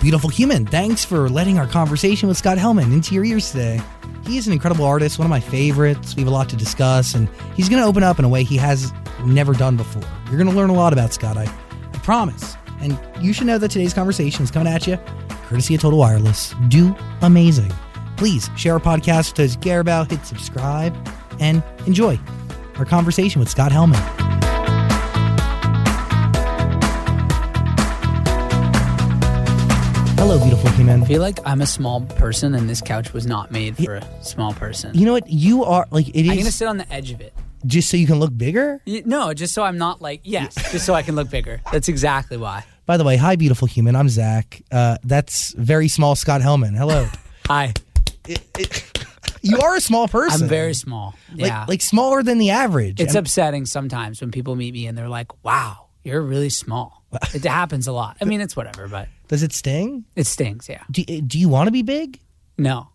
beautiful human. Thanks for letting our conversation with Scott Hellman into your ears today. He is an incredible artist, one of my favorites. We have a lot to discuss, and he's going to open up in a way he has never done before. You're going to learn a lot about Scott, I, I promise. And you should know that today's conversation is coming at you courtesy of Total Wireless. Do amazing. Please share our podcast with those you care about, hit subscribe, and enjoy our conversation with Scott Hellman. Hello, beautiful human. I feel like I'm a small person, and this couch was not made for a small person. You know what? You are like it I'm gonna is sit on the edge of it. just so you can look bigger. Y- No, just so I'm not like yes, just so I can look bigger. That's exactly why. By the way, hi, beautiful human. I'm Zach. Uh, that's very small Scott Hellman. Hello. Hi, you are a small person. I'm very small. like, Yeah, like smaller than the average. it's And- upsetting sometimes when people meet me and they're like, "Wow, you're really small." It happens a lot. I mean, it's whatever, but does it sting? it stings. Yeah. Do, do you want to be big? No.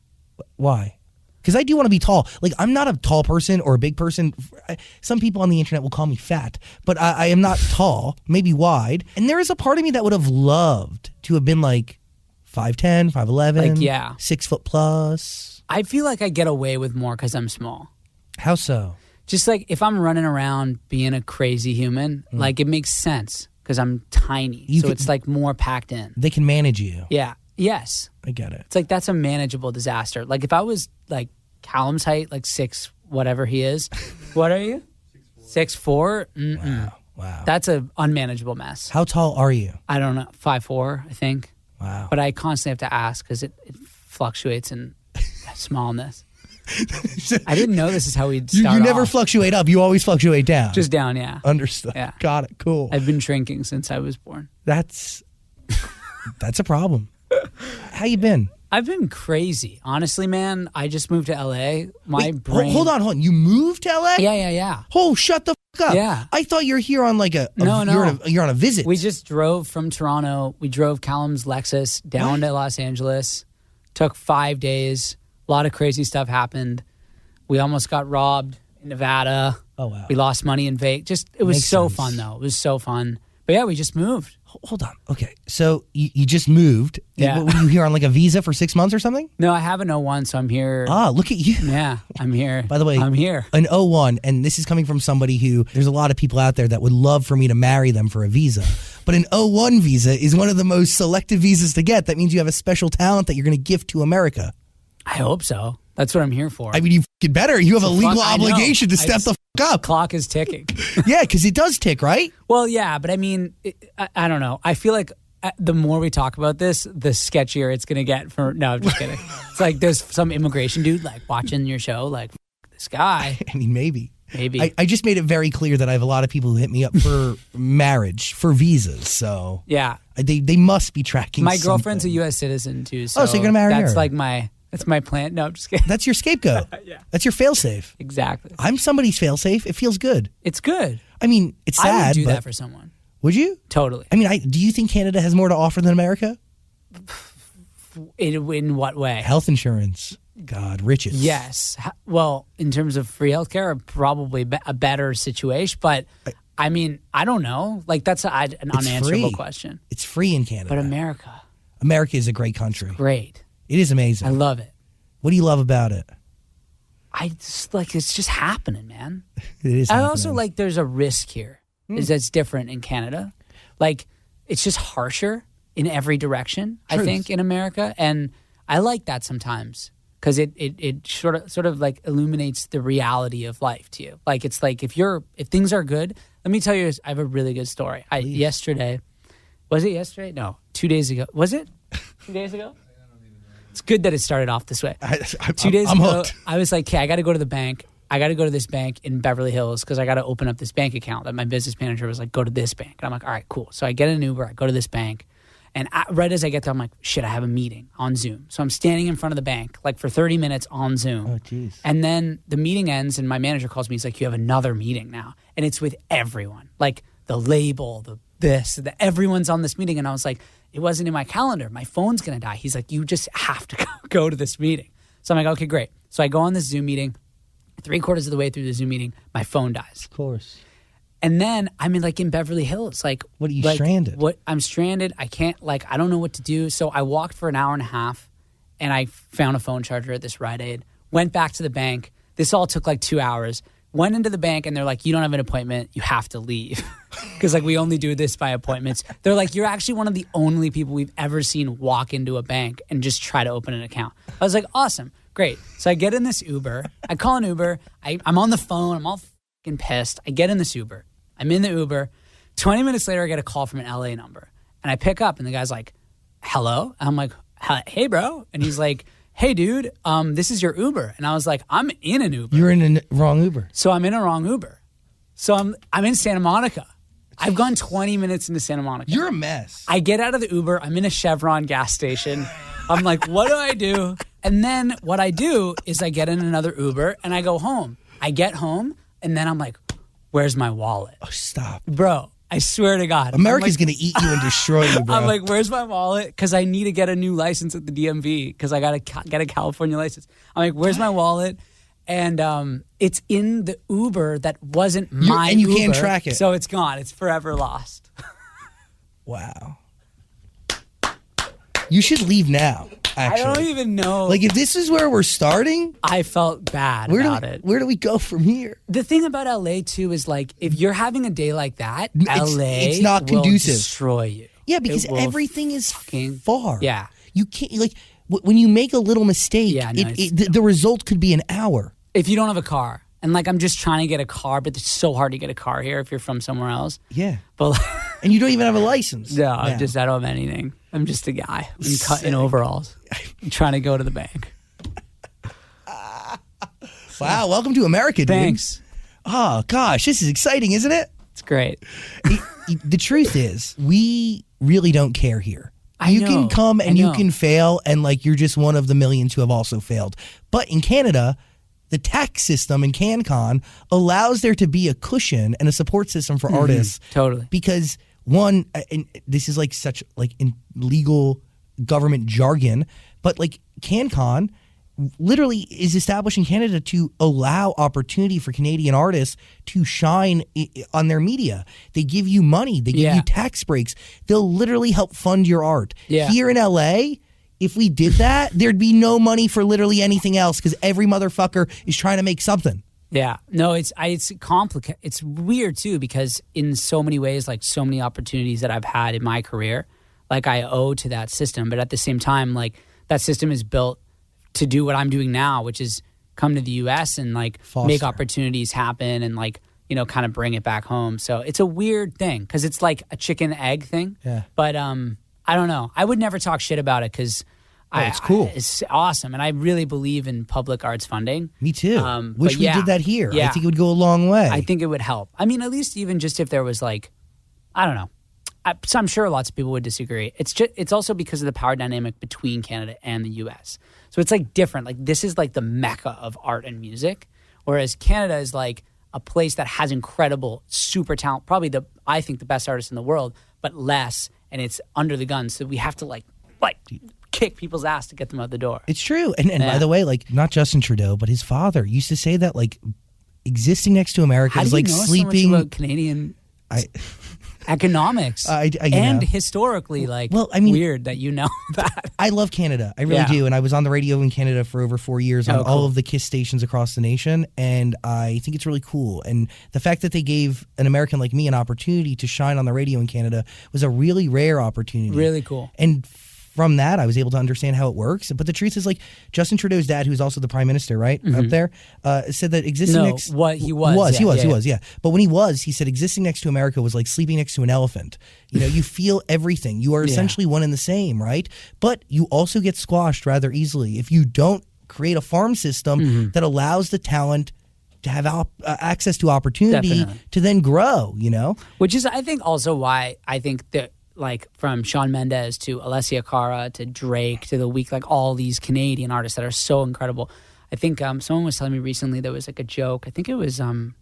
Why? Because I do want to be tall. Like I'm not a tall person or a big person. I- Some people on the internet will call me fat, but I, I am not tall. Maybe wide. And there is a part of me that would have loved to have been like 5'10", 5'11", Like, yeah. six foot plus. I feel like I get away with more because I'm small. How so? Just like if I'm running around being a crazy human, like it makes sense because I'm tiny. Mm. You so could- it's like more packed in. They can manage you. Yeah. Yes. I get it. It's like that's a manageable disaster. Like if I was like Callum's height, like six whatever he is. what are you? Six four. Mm-mm. Wow. That's a unmanageable mess. How tall are you? I don't know. Five four, I think. Wow. But I constantly have to ask because it, it fluctuates in smallness. I didn't know this is how we'd You, start. you never off. fluctuate up. You always fluctuate down. just down. Yeah. understood. Yeah. Got it. Cool. I've been shrinking since I was born. that's that's a problem. How you been? I've been crazy, honestly, man. I just moved to LA. My Wait, ho- brain. Hold on, hold on. You moved to LA? Yeah, yeah, yeah. Oh, shut the fuck up. Yeah. I thought you're here on like a, a- No, no. You're on a, you're on a visit. We just drove from Toronto. We drove Callum's Lexus down to Los Angeles. Took five days. A lot of crazy stuff happened. We almost got robbed in Nevada. Oh, wow. We lost money in Vegas. Just it was Makes so sense. fun though. It was so fun. But yeah, we just moved. Ho- hold on. Okay. So you, you just moved. You- Yeah. Were you here on like a visa for six months or something? No, I have an 01, so I'm here. Ah, look at you. yeah, I'm here. By the way, I'm here. An 01, and this is coming from somebody who there's a lot of people out there that would love for me to marry them for a visa. But an 01 visa is one of the most selective visas to get. That means you have a special talent that you're going to give to America. I hope so. That's what I'm here for. I mean, you fing better. You have a legal fuck- I know. obligation to I step just- the fuck up. Clock is ticking. yeah, because it does tick, right? Well, yeah, but I mean, it, I, I don't know. I feel like uh, the more we talk about this, the sketchier it's going to get. For no, I'm just kidding. it's like there's some immigration dude like watching your show, like "F- this guy. I mean, maybe. Maybe I, I just made it very clear that I have a lot of people who hit me up for marriage, for visas. So yeah. I- they they must be tracking. My girlfriend's a something. Oh, U.S. citizen too. So so you're gonna marry That's her. like my that's my plan. No, I'm just kidding. That's your scapegoat. Yeah. That's your failsafe. exactly. I'm somebody's failsafe. It feels good. It's good. I mean, it's sad. I would do but that for someone. would you? Totally. I mean, I, do you think Canada has more to offer than America? In, in what way? Health insurance, God, riches. Yes. Ha- Well, in terms of free healthcare, probably be- a better situation. But I, mean, I don't know. Like that's a, I'd- an It's unanswerable free. question. it's free in Canada. But America, America is a great country. great. It is I amazing. love it. What do you love about it? I just like it's just happening, man. It is. I happening. also like there's a risk here. Is that's different in Canada. Like it's just harsher in every direction, I Truth. think, in America. And I like that sometimes. Because it, it, it sort of sort of like illuminates the reality of life to you. Like it's like if you're if things are good, let me tell you I have a really good story. I yesterday was it yesterday? No. Two days ago. Was it? Two days ago? It's good that it started off this way I, I, 2 days I'm ago, hooked. I was like, okay, I got to go to the bank. I got to go to this bank in Beverly Hills because I got to open up this bank account. That my business manager was like, go to this bank. And I'm like, all right, cool. So I get an Uber, I go to this bank. And I, right as I get there, I'm like, shit, I have a meeting on Zoom. So I'm standing in front of the bank like for 30 minutes on Zoom. Oh, jeez. And then the meeting ends, and my manager calls me. He's like, you have another meeting now. And it's with everyone like the label, the this, the everyone's on this meeting. And I was like, it wasn't in my calendar. My phone's going to die. He's like, you just have to go to this meeting. So I'm like, okay, great. So I go on this Zoom meeting. Three quarters of the way through the Zoom meeting, my phone dies. Of course. And then I mean, like in Beverly Hills, like What, are you like, stranded? What I'm stranded. I can't like I don't know what to do. So I walked for an hour and a half, and I found a phone charger at this Rite Aid. Went back to the bank. This all took like two hours. Went into the bank and they're like, "You don't have an appointment. You have to leave," because like we only do this by appointments. They're like, "You're actually one of the only people we've ever seen walk into a bank and just try to open an account." I was like, "Awesome, great." So I get in this Uber. I call an Uber. I, I'm on the phone. I'm all fucking pissed. I get in this Uber. I'm in the Uber. 20 minutes later, I get a call from an LA number. And I pick up, and the guy's like, hello? And I'm like, "Hi- hey, bro. And he's like, hey, dude, um, this is your Uber. And I was like, I'm in an Uber. You're in a n- wrong Uber. So I'm in a wrong Uber. So I'm, I'm in Santa Monica. I've gone 20 minutes into Santa Monica. You're a mess. I get out of the Uber. I'm in a Chevron gas station. I'm like, what do I do? And then what I do is I get in another Uber and I go home. I get home and then I'm like, where's my wallet? Oh, stop. Bro, I swear to God. I'm America's like, gonna eat you and destroy you, bro. I'm like, where's my wallet? Because I need to get a new license at the DMV because I got to ca- get a California license. I'm like, where's my wallet? And um, it's in the Uber that wasn't my and you can't Uber, track it. So it's gone. It's forever lost. wow. You should leave now. I Actually, don't even know. like if this is where we're starting, I felt bad where do about we, it. where do we go from here? The thing about LA too is like if you're having a day like that, it's- LA it's not will conducive. destroy you. Yeah, It because will everything is fucking- far. Yeah. you can't like w- when you make a little mistake. Yeah, no, it, it's- it, the, the result could be an hour. if you don't have a car. And like I'm just trying to get a car, but it's so hard to get a car here if you're from somewhere else. Yeah, But like, and you don't even have a license. no, I'm now. just I don't have anything. I'm just a guy in, cut, in overalls trying to go to the bank. wow. Welcome to America, dude. Thanks. Oh gosh, this is exciting, isn't it? It's great. it, it- the truth is, we really don't care here. I you know, can come I and you know. can fail, and like you're just one of the millions who have also failed. But in Canada, the tax system in CanCon allows there to be a cushion and a support system for artists. Mm-hmm. Totally. Because one, uh, and this is like such like in legal government jargon, but like CanCon literally is established in Canada to allow opportunity for Canadian artists to shine i- i- on their media. They give you money, they give Yeah. you tax breaks. They'll literally help fund your art. Yeah. Here in LA, if we did that, there'd be no money for literally anything else cuz every motherfucker is trying to make something. Yeah. No, it's I, it's complicated. It's weird too because in so many ways, like so many opportunities that I've had in my career, like I owe to that system. But at the same time, like that system is built to do what I'm doing now, which is come to the U.S. and like make Foster. opportunities happen and like you know kind of bring it back home. So it's a weird thing because it's like a chicken egg thing. Yeah. But um, I don't know. I would never talk shit about it because. I, Oh, it's cool. I- it's awesome, and I really believe in public arts funding. Me too. Um, Wish but we yeah. did that here. I Yeah. think it would go a long way. I think it would help. I mean, at least even just if there was like, I don't know. I, so I'm sure lots of people would disagree. It's just it's also because of the power dynamic between Canada and the U.S. So it's like different. Like this is like the mecca of art and music, whereas Canada is like a place that has incredible super talent, probably the I think the best artists in the world, but less, and it's under the gun. So we have to like like kick people's ass to get them out the door. It's true. And and by the way, like not Justin Trudeau, but his father used to say that like existing next to America How do is you like know so much sleeping. about Canadian I- economics I- I- you and know. historically like Well, I mean- weird that you know that I love Canada. I really Yeah. do. And I was on the radio in Canada for over four years on Oh, all cool. of the KISS stations across the nation. And I think it's really cool. And the fact that they gave an American like me an opportunity to shine on the radio in Canada was a really rare opportunity. really cool And from that, I was able to understand how it works. But the truth is, like Justin Trudeau's dad, who's also the prime minister, right up there, uh, said that existing Mm-hmm. No, next what he was, was he yeah, was yeah, he yeah. was yeah. But when he was, he said existing next to America was like sleeping next to an elephant. You know, you feel everything. You are essentially one and the same, right? But you also get squashed rather easily if you don't create a farm system Mm-hmm. that allows the talent to have op- uh, access to opportunity Definitely. to then grow. You know, which is i think also why i think that like from sean mendez to alessia cara to drake to the week like all these canadian artists that are so incredible i think um, someone was telling me recently there was like a joke i think it was um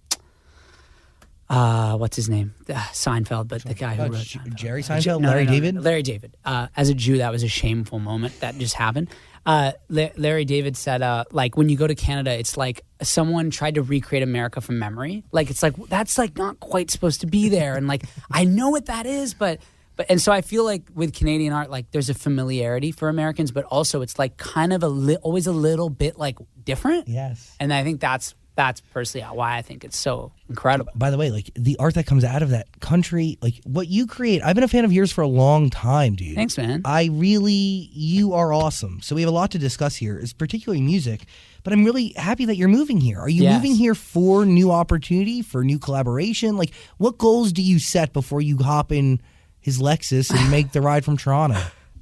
uh, what's his name? Uh, Seinfeld, but the guy who Uh, wrote J- Seinfeld. Jerry Uh, J- Seinfeld? no, no, Larry no, David? Larry David. Uh, as a Jew, that was a shameful moment that just happened. Uh, La- Larry David said, uh, like, when you go to Canada, it's like someone tried to recreate America from memory. Like, it's like, that's like not quite supposed to be there. And like, I know what that is, but, but, and so I feel like with Canadian art, like there's a familiarity for Americans, but also it's like kind of a li- always a little bit like different. Yes. And I think that's, that's personally why I think it's so incredible. by the way, like the art that comes out of that country, like what you create, I've been a fan of yours for a long time, dude. Thanks, man. I really, you are awesome. So we have a lot to discuss here, is particularly music. But I'm really happy that you're moving here. Are you Yes. moving here for new opportunity, for new collaboration? Like, what goals do you set before you hop in his Lexus and make the ride from Toronto?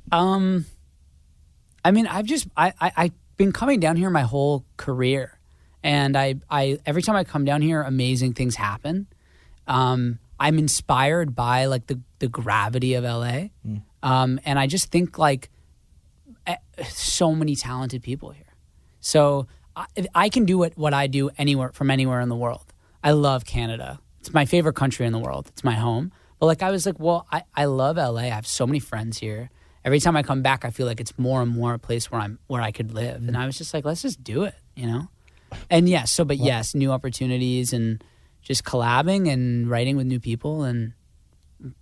Um, I mean, I've just I, I I've been coming down here my whole career, and I I every time I come down here, amazing things happen. Um, I'm inspired by like the the gravity of LA, um, and I just think like eh, so many talented people here. So I, I can do what, what I do anywhere from anywhere in the world. I love Canada. It's my favorite country in the world. It's my home. But like I was like, well, I, I love LA. I have so many friends here. Every time I come back, I feel like it's more and more a place where I'm where I could live. And I was just like, let's just do it, you know? And yes, so but yes, new opportunities and just collabing and writing with new people and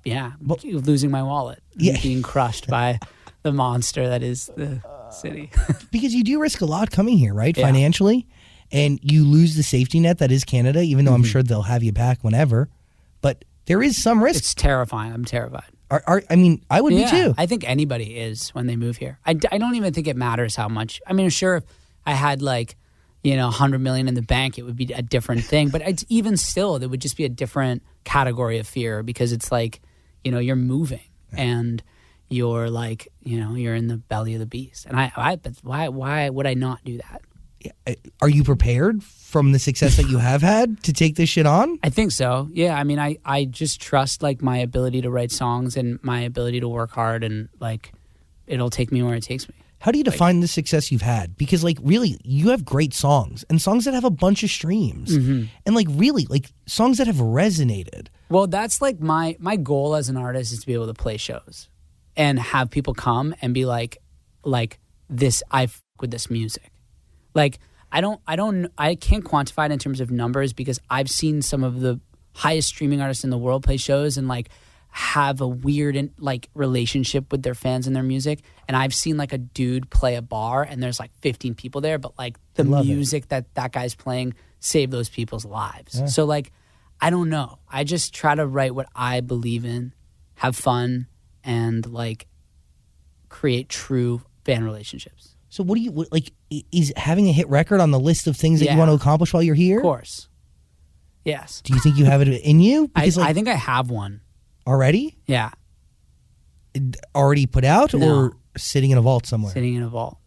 yeah, losing my wallet, Yeah. being crushed by the monster that is the city. because you do risk a lot coming here, right? Yeah. Financially, and you lose the safety net that is Canada. Even though Mm-hmm. I'm sure they'll have you back whenever, but there is some risk. It's terrifying. I'm terrified. Are, are, I mean, I would Yeah, be too. I think anybody is when they move here. I, d- I don't even think it matters how much. I mean, sure, if I had like, you know, 100 million in the bank, it would be a different thing. But it's even still, there would just be a different category of fear because it's like, you know, you're moving and you're like, you know, you're in the belly of the beast. And I, I but why, why would I not do that? Uh, Are you prepared from the success that you have had to take this shit on? I think so. Yeah. I mean, I, I just trust like my ability to write songs and my ability to work hard and like it'll take me where it takes me. How do you define the success you've had? Because like really, you have great songs and songs that have a bunch of streams, Mm-hmm. and like really, like songs that have resonated. Well, that's like my my goal as an artist is to be able to play shows and have people come and be like like this I f- with this music. Like I don't I don't I can't quantify it in terms of numbers because I've seen some of the highest streaming artists in the world play shows and like have a weird and like relationship with their fans and their music and I've seen like a dude play a bar and there's like 15 people there but like the Love it. music that that guy's playing saved those people's lives. So like I don't know. I just try to write what I believe in, have fun, and like create true fan relationships. So what do you what, like? i- Is having a hit record on the list of things that Yeah. you want to accomplish while you're here? Of course. Yes. Do you think you have it in you? I, Because like I think I have one. already, Yeah. already put out, No. or sitting in a vault somewhere. Sitting in a vault.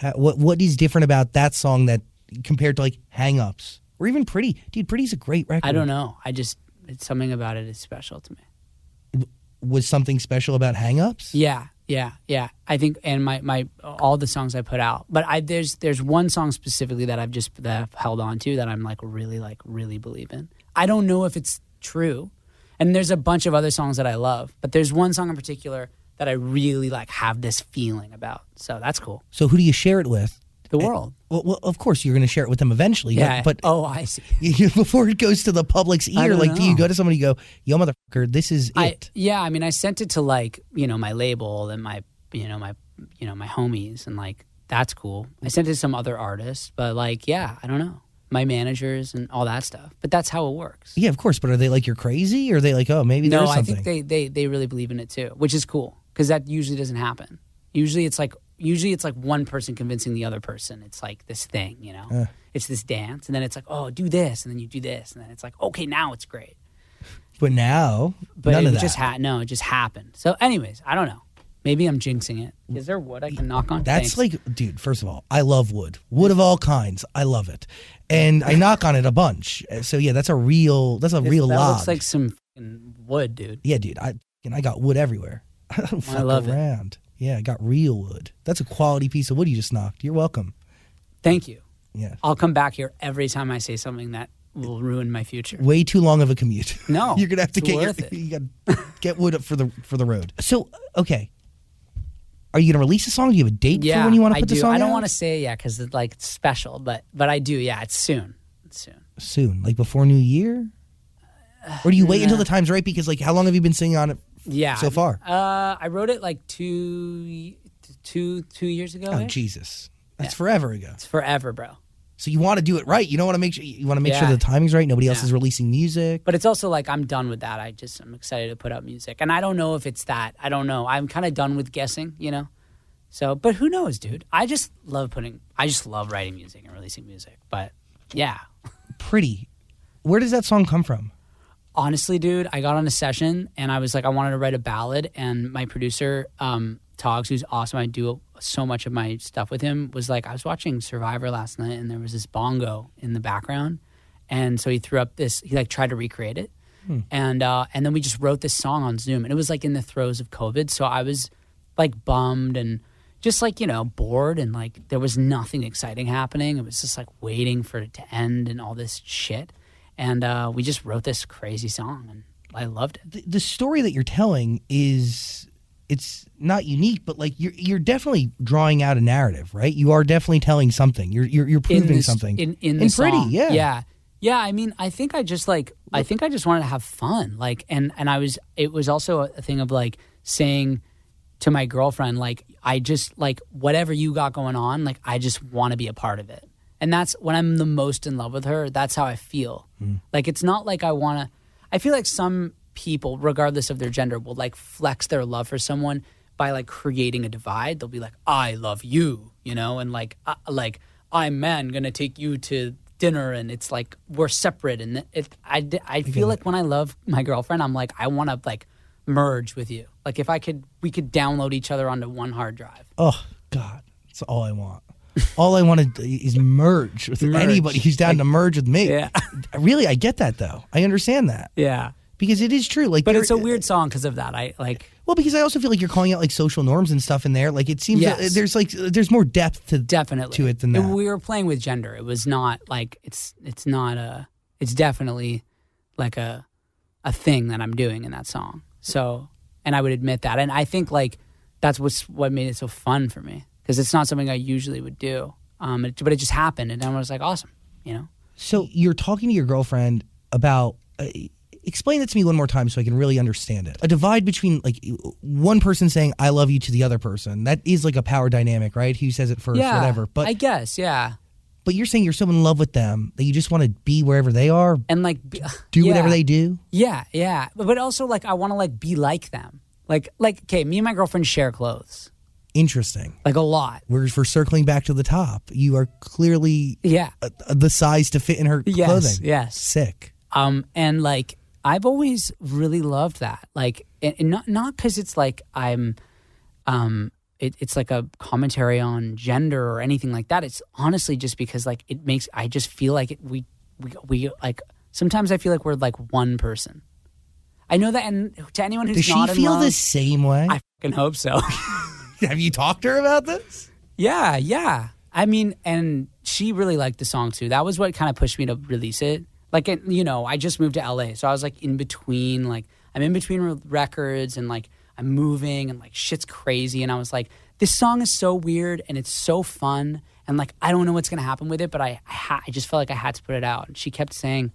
Ha- what what is different about that song that compared to like Hang Ups or even Pretty? Dude, Pretty's a great record. I don't know. I just it's something about it is special to me. Was something special about Hang Ups? Yeah, yeah, yeah. I think, and my my all the songs I put out, but I there's there's one song specifically that I've just that I've held on to that I'm like really like really believe in. I don't know if it's true, and there's a bunch of other songs that I love, but there's one song in particular that I really like have this feeling about. So that's cool. So who do you share it with? The world, Well, well of course you're going to share it with them eventually. yeah. But, but oh, I see. before it goes to the public's I ear, don't like do you know. go to somebody and go, "Yo, motherfucker, this is I, it." yeah, I mean, I sent it to like you know my label and my you know my you know my homies and like that's cool. I sent it to some other artists, but like yeah, I don't know my managers and all that stuff. But that's how it works. Yeah, of course. But are they like you're crazy? Or are they like, "Oh, maybe no, there's I something"? think they they they really believe in it too, which is cool because that usually doesn't happen. Usually it's like usually it's like one person convincing the other person. It's like this thing, you know. It's this dance, and then it's like, oh, do this, and then you do this, and then it's like, okay, now it's great. but now, But none it of that. just ha- no, it just happened. So, anyways, I don't know. Maybe I'm jinxing it. Is there wood I can knock on? That's Thanks. like, dude, first of all, I love wood. Wood of all kinds. I love it. And I knock on it a bunch. Uh, So yeah, that's a real that's a real that log. looks like some fucking wood, dude. yeah, dude, I and I got wood everywhere. I don't fuck love it. around. Yeah, I got real wood. That's a quality piece of wood you just knocked. You're welcome. Thank you. Yeah. I'll come back here every time I say something that will ruin my future. Way too long of a commute. No, you're gonna have to it's get your, worth it. you gotta get wood up for the for the road. So okay, are you gonna release a song? Do you have a date Yeah, for when you want to I put do. the song? I don't out? want to say it yet because it's like it's special, but but I do. Yeah, it's soon. It's soon. soon, like before New Year, or do you wait until the time's right? Because like, how long have you been singing on it? Yeah. so far. uh, I wrote it like two, two, two years ago. Oh ish. Jesus, that's forever ago. it's forever, bro. So you want to do it right. You don't want to make sure you want to make sure Yeah. the timing's right. Nobody else Yeah. is releasing music. But it's also like I'm done with that. I just I'm excited to put out music, and I don't know if it's that. I don't know. I'm kind of done with guessing, you know. So, but who knows, dude? I just love putting. I just love writing music and releasing music. But yeah, Pretty. Where does that song come from? honestly, dude, I got on a session and I was like, I wanted to write a ballad, and my producer, um, Togs, who's awesome, I do so much of my stuff with him, was like, I was watching Survivor last night, and there was this bongo in the background, and so he threw up this, he like tried to recreate it, and uh, and then we just wrote this song on Zoom, and it was like in the throes of COVID, so I was like bummed and just like you know bored and like there was nothing exciting happening it was just like waiting for it to end and all this shit and uh, we just wrote this crazy song and i loved it The, the story that you're telling is it's not unique, but like you're you're definitely drawing out a narrative, right? You are definitely telling something. You're you're, you're proving this- something. in in, In the Pretty, song. yeah. yeah yeah i mean i think i just like i think i just wanted to have fun like and and i was it was also a thing of like saying to my girlfriend like i just like whatever you got going on like i just want to be a part of it and that's when i'm the most in love with her that's how i feel Mm. like it's not like i want to i feel like some people regardless of their gender will like flex their love for someone by like creating a divide they'll be like i love you you know and like uh, like i'm man gonna take you to dinner and it's like we're separate and it, I, d- I feel like when i love my girlfriend i'm like i want to like merge with you like if i could we could download each other onto one hard drive oh God, that's all I want. all I want to is merge with Merge. anybody who's down to merge with me. Yeah. really, I get that though. I understand that yeah because it is true. Like, but there- it's a weird song because of that i like Well, because I also feel like you're calling out like social norms and stuff in there. Like it seems Yes. that uh, there's like there's more depth to definitely to it than that. we were playing with gender it was not like it's it's not a it's definitely like a a thing that i'm doing in that song so and i would admit that and i think like that's what's what made it so fun for me because it's not something i usually would do um it, but it just happened and i was like awesome you know So you're talking to your girlfriend about. Uh, explain that to me one more time so I can really understand it. A divide between like one person saying "I love you" to the other person that is like a power dynamic, right? Who says it first, yeah whatever. But i guess yeah but you're saying you're so in love with them that you just want to be wherever they are, and like be- do whatever yeah. they do. Yeah, yeah. But, but also like I want to like be like them. Like like okay, me and my girlfriend share clothes. Interesting. Like a lot. We're we're circling back to the top. You are clearly Yeah. uh, the size to fit in her Yes, clothing. yes. Sick. Um and like I've always really loved that. Like and, and not not cuz it's like I'm um it, it's like a commentary on gender or anything like that. It's honestly just because like it makes I just feel like it, we we we like sometimes I feel like we're like one person. I know that and to anyone who's Does she not in feel love, the same way? I fucking hope so. Have you talked to her about this? Yeah, yeah. I mean, and she really liked the song too. That was what kind of pushed me to release it. Like, it, you know, I just moved to LA, so I was like in between. Like, I'm in between re- records, and like I'm moving, and like shit's crazy. And I was like, this song is so weird, and it's so fun, and like I don't know what's gonna happen with it, but I I, ha- I just felt like I had to put it out. And she kept saying,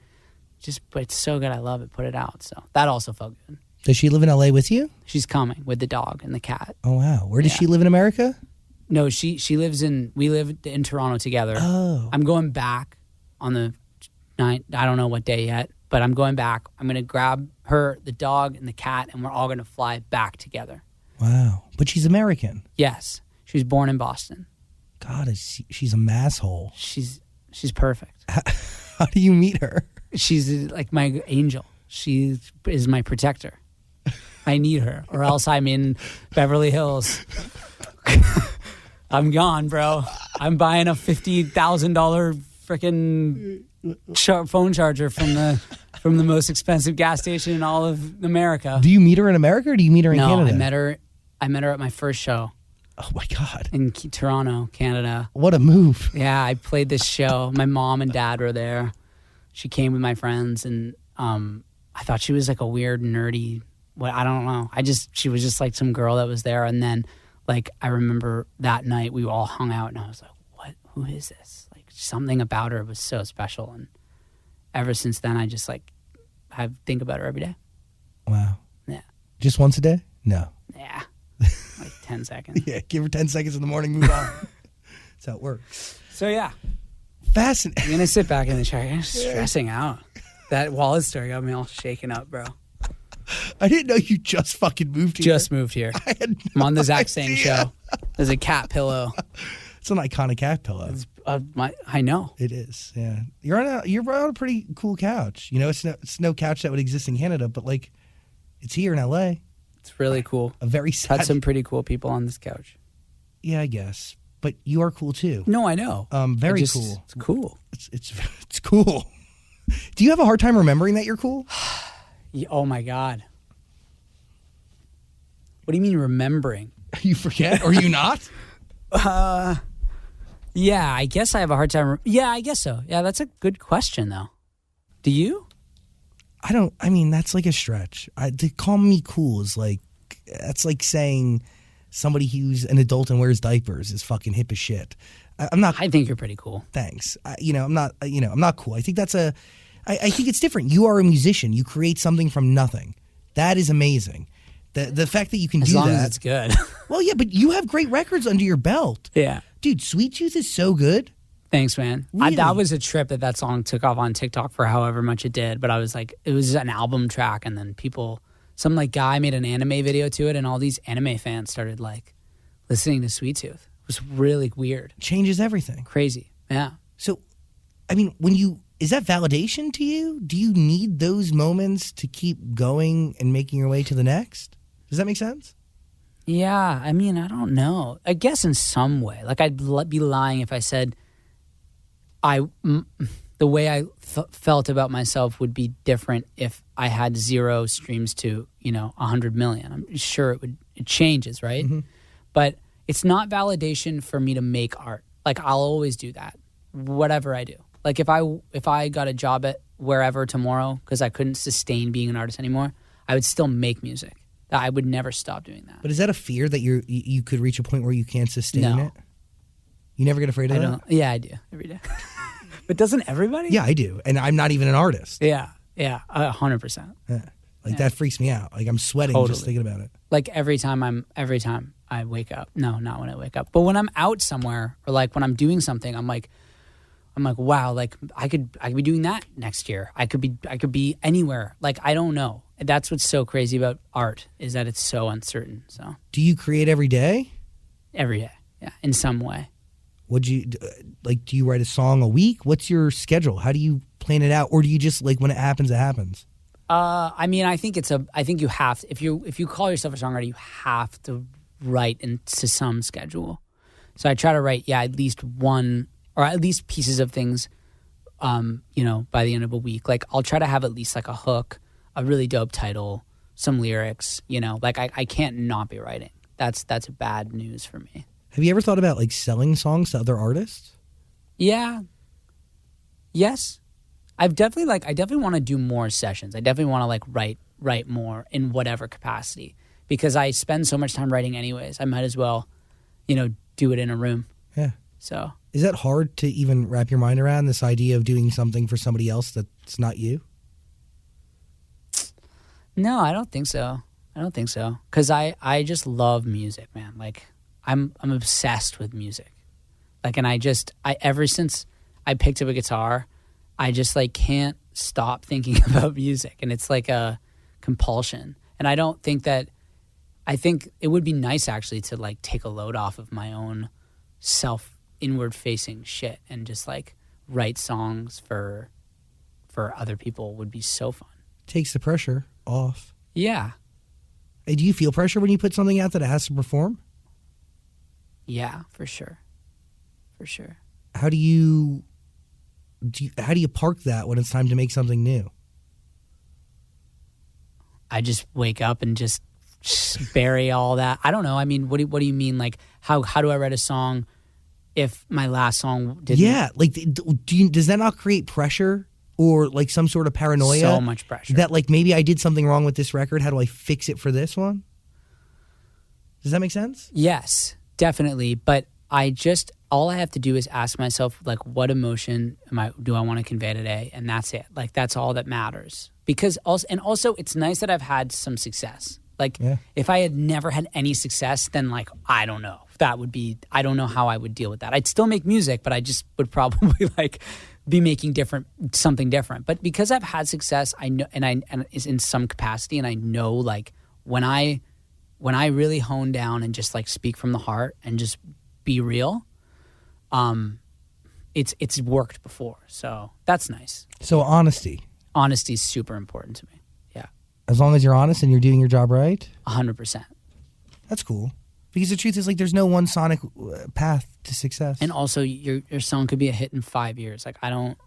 just but it's so good, I love it. Put it out. So that also felt good. Does she live in LA with you? She's coming with the dog and the cat. Oh wow. Where does she live in America? No, she she lives in we live in Toronto together. Oh. I'm going back on the night. I don't know what day yet, but I'm going back. I'm going to grab her, the dog, and the cat, and we're all going to fly back together. Wow. But she's American. Yes, she was born in Boston. God, is she, she's a masshole. She's she's perfect. How do you meet her? She's like my angel. She is my protector. I need her, or else I'm in Beverly Hills. I'm gone, bro. I'm buying a fifty thousand dollar freaking char- phone charger from the from the most expensive gas station in all of America. Do you meet her in America or do you meet her in no, Canada? I met her. I met her at my first show oh my god. in K- Toronto, Canada. What a move. Yeah, I played this show. My mom and dad were there. she came with my friends, and um, I thought she was like a weird nerdy. What I don't know. I just she was just like some girl that was there, and then like I remember that night we all hung out, and I was like, what? Who is this? Like something about her was so special, and ever since then I just like I think about her every day. Wow. Yeah. Just once a day? No. Yeah, like ten seconds. Yeah, give her 10 seconds in the morning, move on. That's how it works. So yeah. Fascinating. I'm gonna sit back in the chair. I'm stressing out. That Wallace story got me all shaken up, bro. I didn't know you just fucking moved here. Just moved here. I had I'm on the no Zach Sang idea. show. There's a cat pillow. It's an iconic cat pillow. It's, uh, my, I know. It is. Yeah. You're on a you're on a pretty cool couch. You know, it's no it's no couch that would exist in Canada, but like it's here in LA. It's really cool. A very sad Had some pretty cool people on this couch. Yeah, I guess. But you are cool too. No, I know. Um very It just- cool. It's cool. It's it's it's cool. Do you have a hard time remembering that you're cool? Ye- oh my god. What do you mean remembering? You forget or you not? Yeah, I guess I have a hard time. Re- yeah, I guess so. Yeah, that's a good question though. Do you? I don't. I mean, that's like a stretch. I, to call me cool is like that's like saying somebody who's an adult and wears diapers is fucking hip as shit. I, I'm not. I think you're pretty cool. Thanks. I, you know, I'm not. You know, I'm not cool. I think that's a. I, I think it's different. You are a musician. You create something from nothing. That is amazing. The the fact that you can As do long that. as it's good. well, yeah, but you have great records under your belt, yeah. dude. Sweet Tooth is so good. Thanks, man. I, Really? that was a trip that that song took off on TikTok for however much it did. But I was like, it was an album track, and then people, some like guy made an anime video to it, and all these anime fans started like listening to Sweet Tooth. It was really weird, Changes everything. crazy. Yeah. So, I mean, when you is that validation to you? Do you need those moments to keep going and making your way to the next? Does that make sense? Yeah, I mean, I don't know. I guess in some way, like I'd li- be lying if I said I m- the way I f- felt about myself would be different if I had zero streams to you know a hundred million. I'm sure it would. It changes, right? But it's not validation for me to make art. Like I'll always do that, whatever I do. Like if I if I got a job at wherever tomorrow because I couldn't sustain being an artist anymore, I would still make music. I would never stop doing that. But is that a fear that you're you- you could reach a point where you can't sustain No. it? You never get afraid of I that? don't. Yeah, I do every day. but doesn't everybody? Yeah, I do, and I'm not even an artist. Yeah. Yeah. A hundred percent. Yeah. Like that freaks me out. Like I'm sweating just Totally. thinking about it. Like every time I'm every time I wake up. No, not when I wake up. But when I'm out somewhere or like when I'm doing something, I'm like, I'm like, wow, like I could I could be doing that next year. I could be I could be anywhere. Like I don't know. That's what's so crazy about art is that it's so uncertain. So Do you create every day? every day, yeah, in some way. Would you d- like? Do you write a song a week? What's your schedule? How do you plan it out, or do you just like when it happens, it happens? Uh, I mean, I think it's a. I think you have if you if you call yourself a songwriter, you have to write into some schedule. So I try to write, yeah, at least one or at least pieces of things. Um, you know, by the end of a week, like I'll try to have at least like a hook, a really dope title, some lyrics. You know, like I, I can't not be writing. That's that's bad news for me. Have you ever thought about like selling songs to other artists? Yeah. Yes. I've definitely like I definitely want to do more sessions. I definitely want to like write write more in whatever capacity because I spend so much time writing anyways. I might as well, you know, do it in a room. Yeah. So, Is that hard to even wrap your mind around this idea of doing something for somebody else that's not you? no, I don't think so. I don't think so cuz I I just love music, man. Like I'm I'm obsessed with music. Like and I just I ever since I picked up a guitar, I just like can't stop thinking about music and it's like a compulsion. And I don't think that I think it would be nice actually to like take a load off of my own self inward facing shit and just like write songs for for other people would be so fun. Takes the pressure off. Yeah. Hey, do you feel pressure when you put something out that it has to perform? Yeah, for sure. For sure. How do you, do you how do you park that when it's time to make something new? I just wake up and just bury all that. I don't know. I mean, what do what do you mean? Like how how do I write a song if my last song didn't? yeah, like do you, does that not create pressure or like some sort of paranoia So much pressure. that like maybe I did something wrong with this record. How do I fix it for this one? Does that make sense? Yes, definitely. But I just all I have to do is ask myself like what emotion am I do I want to convey today? And that's it. Like that's all that matters. Because also and also it's nice that I've had some success. Like Yeah. if I had never had any success, then like I don't know. That would be I don't know how I would deal with that. I'd still make music, but I just would probably like be making different something different. But because I've had success, I know and I and is in some capacity and I know like when I when I really hone down and just like speak from the heart and just be real, um, it's it's worked before. So that's nice. So honesty. Honesty is super important to me. Yeah, As long as you're honest and you're doing your job right, hundred percent. that's cool. Because the truth is like there's no one sonic uh, path to success. And also, your your song could be a hit in five years. Like I don't,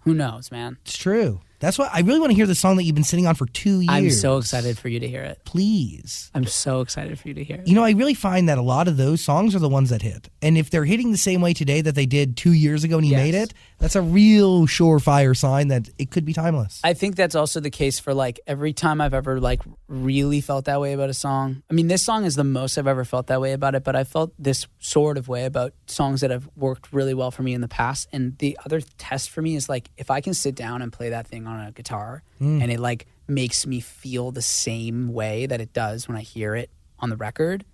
who knows, man. it's true. That's why I really want to hear the song that you've been sitting on for 2 years. I'm so excited for you to hear it. Please. I'm so excited for you to hear it. you know, I really find that a lot of those songs are the ones that hit. And if they're hitting the same way today that they did two years ago when he Yes. made it, that's a real surefire sign that it could be timeless. I think that's also the case for like every time I've ever like really felt that way about a song. I mean, this song is the most I've ever felt that way about it, but I felt this sort of way about songs that have worked really well for me in the past. And the other test for me is like if I can sit down and play that thing on a guitar and it like makes me feel the same way that it does when I hear it on the record,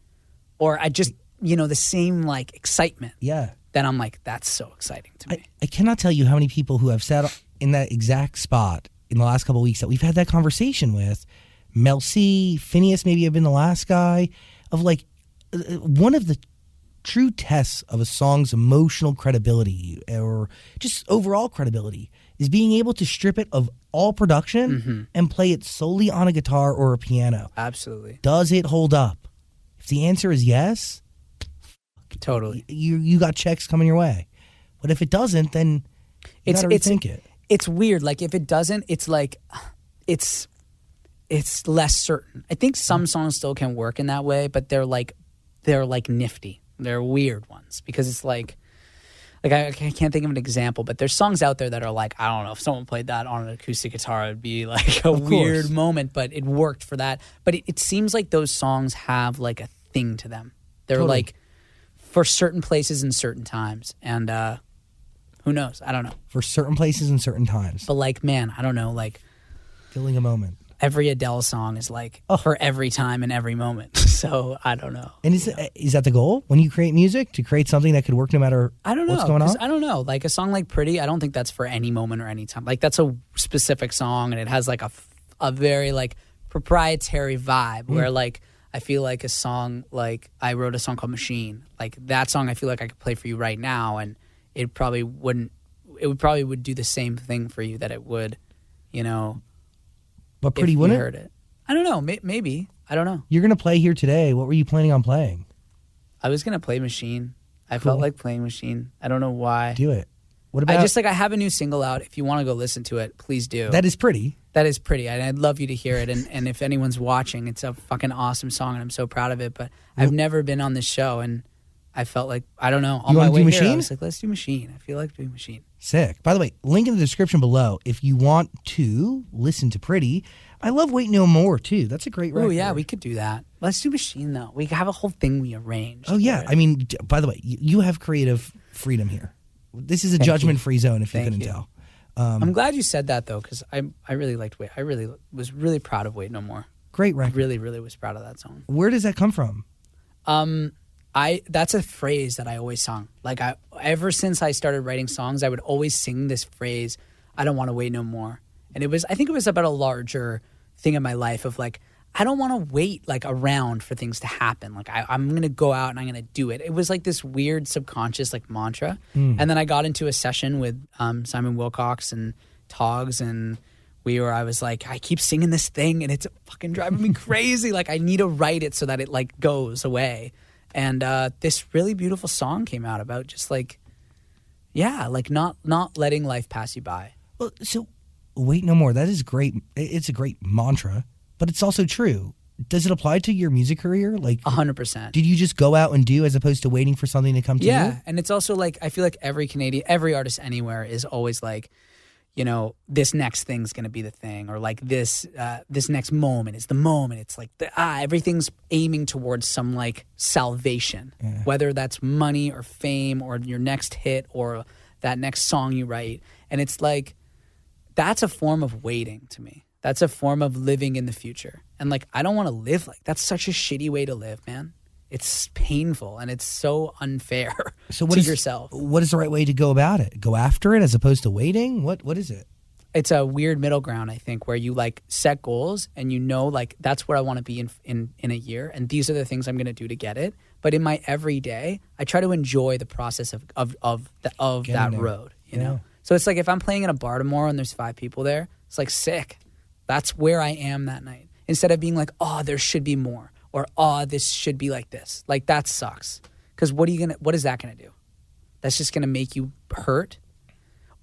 or I just, you know, the same like excitement, yeah. then I'm like, that's so exciting to me. I, I cannot tell you how many people who have sat in that exact spot in the last couple of weeks that we've had that conversation with. Mel C, Phineas, maybe have been the last guy of like uh, uh, one of the true tests of a song's emotional credibility or just overall credibility is being able to strip it of all production and play it solely on a guitar or a piano. Absolutely. Does it hold up? If the answer is yes, Totally. you you got checks coming your way. But if it doesn't, then you It's- gotta it's- rethink it. it's weird. Like if it doesn't, it's like it's it's less certain. I think Mm-hmm. some songs still can work in that way, but they're like they're like nifty. They're weird ones because it's like like I, I can't think of an example, but there's songs out there that are like I don't know if someone played that on an acoustic guitar, it'd be like a course. weird moment, but it worked for that. But it, it seems like those songs have like a thing to them. They're Totally. like for certain places and certain times, and uh, who knows? I don't know. for certain places and certain times, But like, man, I don't know. Like filling a moment. every Adele song is like for every time and every moment. So I don't know. And is is that the goal when you create music to create something that could work no matter I don't know. what's going 'cause on? I don't know. Like a song like Pretty, I don't think that's for any moment or any time. Like that's a specific song and it has like a f- a very like proprietary vibe Mm. where like I feel like a song like I wrote a song called Machine. Like that song I feel like I could play for you right now and it probably wouldn't it would probably would do the same thing for you that it would, you know, but pretty if you wouldn't. heard it. I don't know. May- maybe. I don't know. You're gonna play here today. What were you planning on playing? I was gonna play Machine. I Cool. felt like playing Machine. I don't know why. Do it. What about I just like I have a new single out. If you want to go listen to it, please do. that? Is pretty. that is pretty, and I'd love you to hear it. And and if anyone's watching, it's a fucking awesome song, and I'm so proud of it. But I've never been on this show, and I felt like I don't know. On You my wanna do way here, I Machine? was like, let's do Machine. I feel like doing Machine. Sick. By the way, link in the description below if you want to listen to Pretty. I love Wait No More too. That's a great record. Oh yeah, we could do that. Let's do Machine though. We have a whole thing we arranged. Oh yeah. for it. I mean, d- by the way, you, you have creative freedom here. This is a judgment-free zone. If you Thank couldn't you. tell, I'm glad you said that though, because I I really liked Wait. I really was really proud of Wait No More. great record. Really, really was proud of that song. Where does that come from? Um, I that's a phrase that I always sung. Like I ever since I started writing songs, I would always sing this phrase, I don't want to wait no more. And it was I think it was about a larger thing in my life of like I don't want to wait like around for things to happen. Like I, I'm gonna go out and I'm gonna do it. It was like this weird subconscious like mantra. And then I got into a session with um, Simon Wilcox and Togs and we were i was like i keep singing this thing and it's fucking driving me crazy like i need to write it so that it like goes away and uh, this really beautiful song came out about just like yeah like not not letting life pass you by Well, so wait no more. That is great. I- It's a great mantra, but it's also true. Does it apply to your music career? Like, a 100% did you just go out and do as opposed to waiting for something to come to yeah you? and it's also like i feel like every canadian every artist anywhere is always like you know, this next thing's going to be the thing, or like this, uh, this next moment is the moment. It's like the, ah, everything's aiming towards some like salvation, whether that's money or fame or your next hit or that next song you write. And it's like that's a form of waiting to me. That's a form of living in the future. And like I don't want to live like that's such a shitty way to live, man. It's painful and it's so unfair So what to is yourself. What is the right way to go about it? Go after it as opposed to waiting. What what is it? it's a weird middle ground i think where you like set goals and you know like that's where i want to be in, in in a year and these are the things i'm going to do to get it but in my everyday i try to enjoy the process of of of, the, of Getting that there. road you Yeah. know so it's like if i'm playing in a bar tomorrow and there's five people there it's like sick that's where i am that night instead of being like oh there should be more or oh this should be like this like that sucks because what are you gonna what is that gonna do that's just gonna make you hurt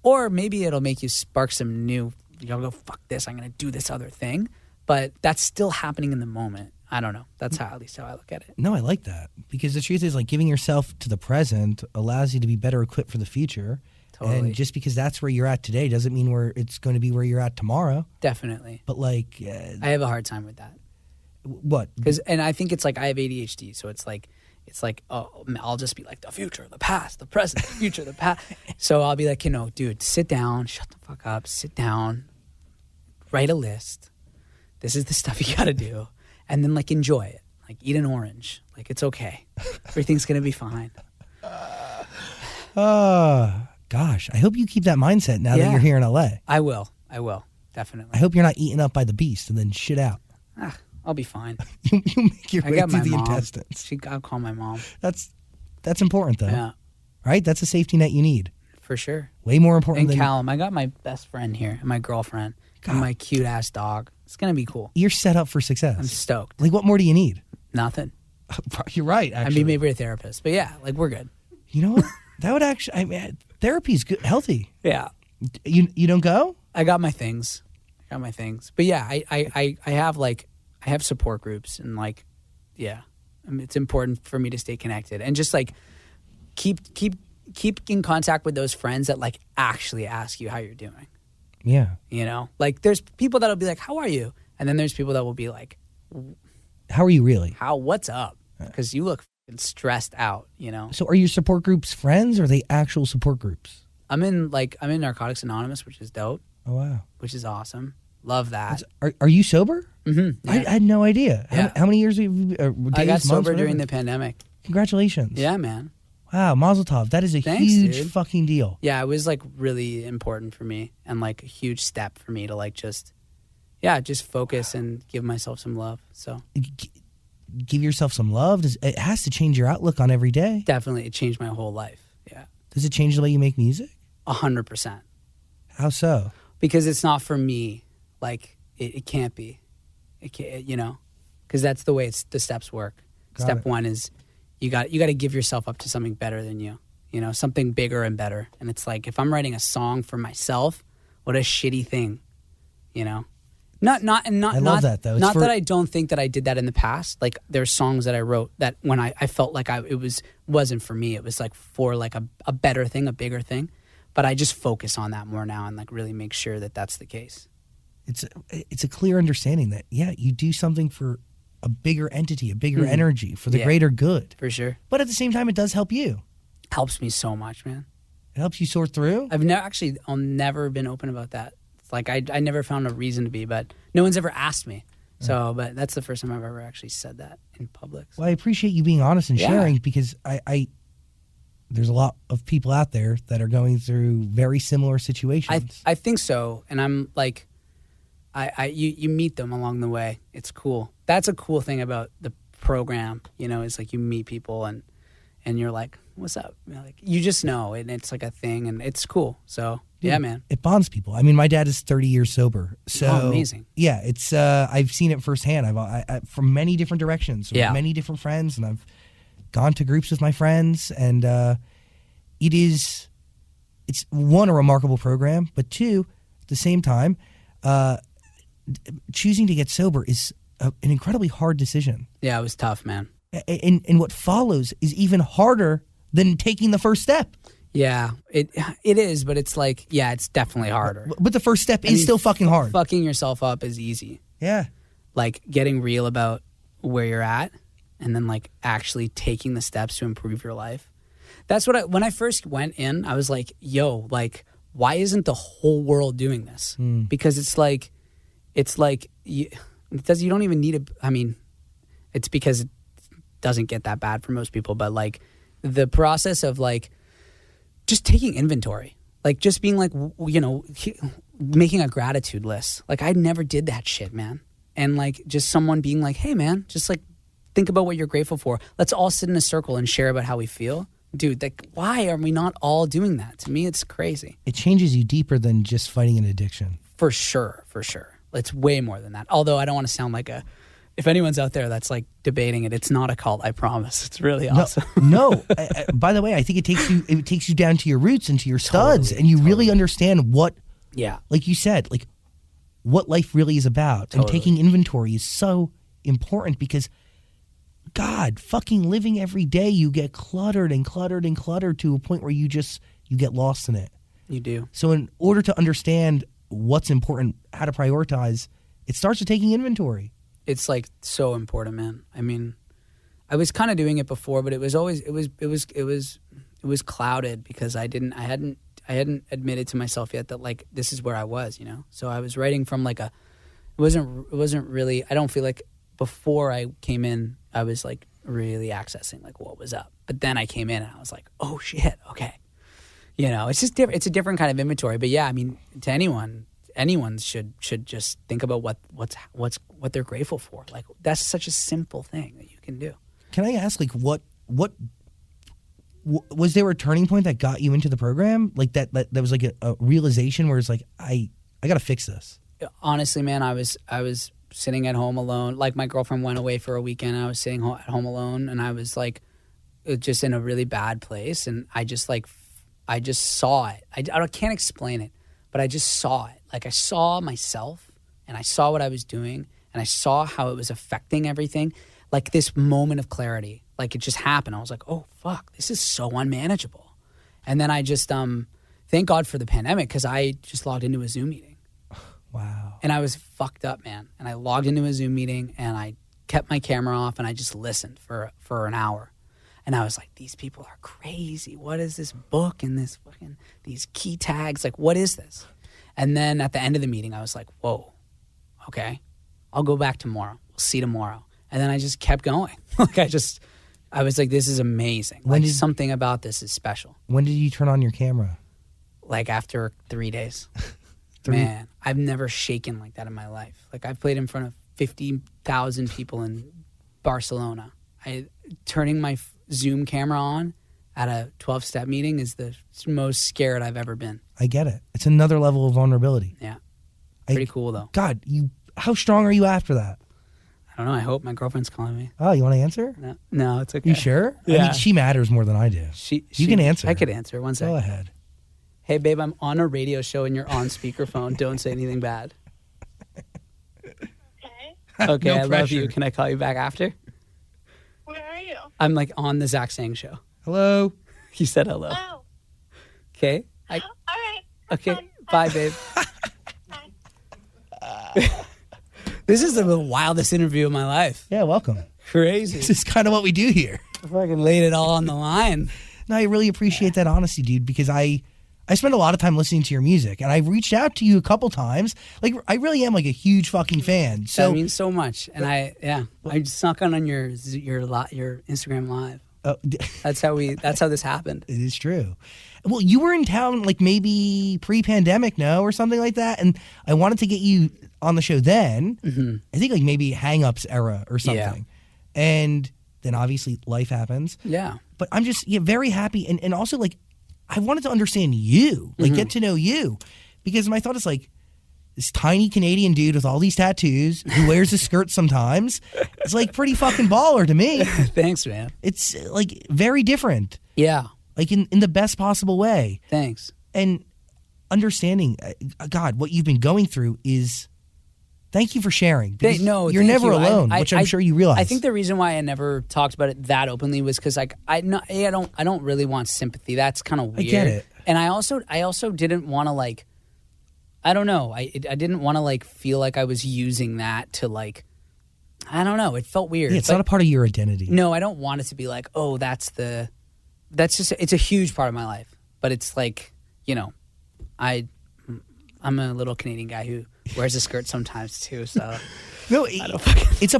or maybe it'll make you spark some new you'll go fuck this i'm gonna do this other thing but that's still happening in the moment i don't know that's how at least how i look at it No, I like that because the truth is, like giving yourself to the present allows you to be better equipped for the future. Totally. And just because that's where you're at today doesn't mean where it's going to be where you're at tomorrow. definitely But like, uh, i have a hard time with that what? because and i think it's like i have adhd so it's like it's like oh i'll just be like the future the past the present the future the past so i'll be like you know dude sit down shut the fuck up sit down write a list this is the stuff you gotta do and then like enjoy it like eat an orange like it's okay everything's gonna be fine Uh, gosh, I hope you keep that mindset now that Yeah. you're here in LA. I will. I will. I Definitely. hope you're not eaten up by the beast and then shit out. Ah, I'll be fine. You, you make your I way got through my the mom. intestines. She, I'll call my mom. That's that's important though, Yeah, right? That's a safety net you need. for sure. Way more important And than Callum, I got my best friend here, and my girlfriend, and my cute ass dog. It's gonna be cool. you're set up for success. I'm stoked. Like, what more do you need? Nothing. You're right. I Actually, mean, maybe we're a therapist, but yeah, like we're good. you know what? that would actually. I mean, therapy's good, healthy. Yeah. D- You you don't go? I got my things. I got my things. But yeah, I, I, I, I have like I have support groups and like yeah. I mean, it's important for me to stay connected and just like keep keep keep in contact with those friends that like actually ask you how you're doing. Yeah. You know? Like there's people that'll be like, How are you? And then there's people that will be like, How are you really? How what's up? Because you look fing stressed out, you know. So, are your support groups friends or are they actual support groups? I'm in like I'm in Narcotics Anonymous, which is dope, Oh wow. which is awesome. Love that. Are, are you sober? Mm-hmm. I, I had no idea. How- Yeah. How, many years have you? Uh, days, I got months, sober whatever? during the pandemic. Congratulations. Yeah, man. Wow, Mazel Tov. That is a Thanks, huge dude. fucking deal. yeah, it was like really important for me and like a huge step for me to like just, yeah, just focus and give myself some love. So G- give yourself some love. Does, it has to change your outlook on every day. definitely it changed my whole life. Yeah, Does it change the way you make music? a hundred percent. How so? Because it's not for me. Like it, it can't be. It can't, you know, because that's the way it's the steps work. Got Step it. one is you got you got to give yourself up to something better than you. You know, something bigger and better. And it's like if I'm writing a song for myself, what a shitty thing. You know, not not and not I not love that, though. It's not for- that I don't think that I did that in the past. Like there's songs that I wrote that when I, I felt like I it was wasn't for me. It was like for like a a better thing, a bigger thing. But I just focus on that more now and like really make sure that that's the case. It's a, it's a clear understanding that yeah, you do something for a bigger entity, a bigger energy, for the Hmm. Yeah. greater good. For sure, But at the same time, it does help you. helps me so much, man. It helps you sort through. I've never actually I'll never been open about that. It's like I I never found a reason to be, but no one's ever asked me. Mm. So, but that's the first time I've ever actually said that in public. Well, I appreciate you being honest and Yeah. sharing because I, I there's a lot of people out there that are going through very similar I situations. I think so, and I'm like, I, I you you meet them along the way. It's cool. That's a cool thing about the program. You know, is like you meet people and and you're like, what's up? You know, like you just know, and it's like a thing, and it's cool. So yeah, man. it bonds people. I mean, my dad is 30 years sober, so Oh, amazing. Yeah, it's uh, I've seen it firsthand. I've I, I, from many different directions, with Yeah. many different friends, and I've gone to groups with my friends, and uh, it is it's one a remarkable program, but two, at the same time, uh, choosing to get sober is a, an incredibly hard decision, Yeah, it was tough, man. A- and and what follows is even harder than taking the first step. Yeah, it it is, but it's like yeah, it's definitely harder. But- But the first step is mean, still fucking hard. Fucking yourself up is easy. Yeah. Like getting real about where you're at and then like actually taking the steps to improve your life. That's what I when I first went in, I was like, yo, like why isn't the whole world doing this? Because it's like it's like you it does you don't even need a I mean, it's because it doesn't get that bad for most people, but like the process of like just taking inventory like just being like w- you know he- making a gratitude list like i never did that shit man and like just someone being like hey man just like think about what you're grateful for let's all sit in a circle and share about how we feel dude like why are we not all doing that to me it's crazy It changes you deeper than just fighting an addiction. for sure for sure it's way more than that although i don't want to sound like a if anyone's out there that's like debating it it's not a cult i promise it's really awesome no. I, I- by the way, I think it takes you it takes you down to your roots and to your studs and you really understand what yeah like you said, like what life really is about. And Totally. taking inventory is so important because God, fucking living every day, you get cluttered and cluttered and cluttered to a point where you just you get lost in it. you do So in order to understand what's important, how to prioritize, it starts with taking inventory. it's like so important, man. I mean, I was kind of doing it before, but it was always it was it was it was it was clouded because I didn't I hadn't I hadn't admitted to myself yet that like this is where I was, you know. So I was writing from like a it wasn't it wasn't really I don't feel like before I came in I was like really accessing like what was up. But then I came in and I was like, "Oh shit, okay." You know, it's just different it's a different kind of inventory, but yeah, I mean, to anyone anyone should should just think about what what's what's what they're grateful for. Like that's such a simple thing that you can do. Can I ask, like, what, what, w- was there a turning point that got you into the program? Like that, that, that was like a, a realization where it's like, I, I gotta fix this. honestly, man, I was I was sitting at home alone. Like my girlfriend went away for a weekend. I was sitting ho- at home alone, and I was like, uh, just in a really bad place. And I just like, f- I just saw it. I, I don't- can't explain it, but I just saw it. Like I saw myself, and I saw what I was doing, and I saw how it was affecting everything. Like this moment of clarity, like it just happened. I was like, oh fuck, this is so unmanageable. And then I just um, thank God for the pandemic because I just logged into a Zoom meeting. Wow. And I was fucked up, man. And I logged into a Zoom meeting and I kept my camera off and I just listened for for an hour. And I was like, these people are crazy. What is this book and this fucking these key tags? Like, what is this? And then at the end of the meeting, I was like, whoa, okay, I'll go back tomorrow. We'll see tomorrow. And then I just kept going. like I just, I was like, this is amazing. When Like did- something about this is special. When did you turn on your camera? Like after three days. Three- Man, I've never shaken like that in my life. Like I've played in front of fifty thousand people in Barcelona. I turning my f- Zoom camera on at a twelve-step meeting is the most scared I've ever been. I get it. It's another level of vulnerability. Yeah, I- pretty cool though. God, you, how strong are you after that? I don't know. I hope my girlfriend's calling me. Oh, you want to answer? No, no, it's okay. You sure? I Yeah. mean, she matters more than I do. She, You she- can answer. I could answer. One Go second. ahead. Hey, babe, I'm on a radio show and you're on speakerphone. don't say anything bad. Okay. Okay, No I love you. pressure. Can I call you back after? Where are you? I'm like on the Zach Sang show. Hello. He said hello. Oh, Okay. I, all right. Okay, bye, babe. this is the wildest interview of my life. Yeah, welcome. This Crazy. is kind of what we do here. Fucking laid it all on the line. No, I really appreciate that honesty, dude, because I I spend a lot of time listening to your music and I've reached out to you a couple times. Like I really am like a huge fucking fan. So, that So means so much. And I, yeah, I just snuck on on your your li- your Instagram live. uh, d- That's how we. That's how this happened. it is true. Well, you were in town like maybe pre-pandemic, no, or something like that, and I wanted to get you on the show then. Mm-hmm. I think like maybe Hang-Ups era or Yeah. something. And then obviously life happens. Yeah. but I'm just yeah, very happy and, and also like I wanted to understand you, Mm-hmm. like get to know you. Because my thought is like this tiny Canadian dude with all these tattoos who wears a skirt sometimes is like pretty fucking baller to me. Thanks, man. It's uh, like very different. Yeah. Like in, in the best possible way. Thanks. uh, And understanding uh, God, what you've been going through is Thank you for sharing. They- because no, you're thank never you. I- alone, I- which I'm I- sure you realize. I think the reason why I never talked about it that openly was because like I no, A, I don't I don't really want sympathy. That's kind of weird. get it. And I also I also didn't want to like I don't know. I I didn't want to like feel like I was using that to like I don't know. It felt weird. Yeah, it's But not a part of your identity. no, I don't want it to be like oh that's the that's just it's a huge part of my life. But it's like you know I I'm a little Canadian guy who wears a skirt sometimes too. So. No, it- it's a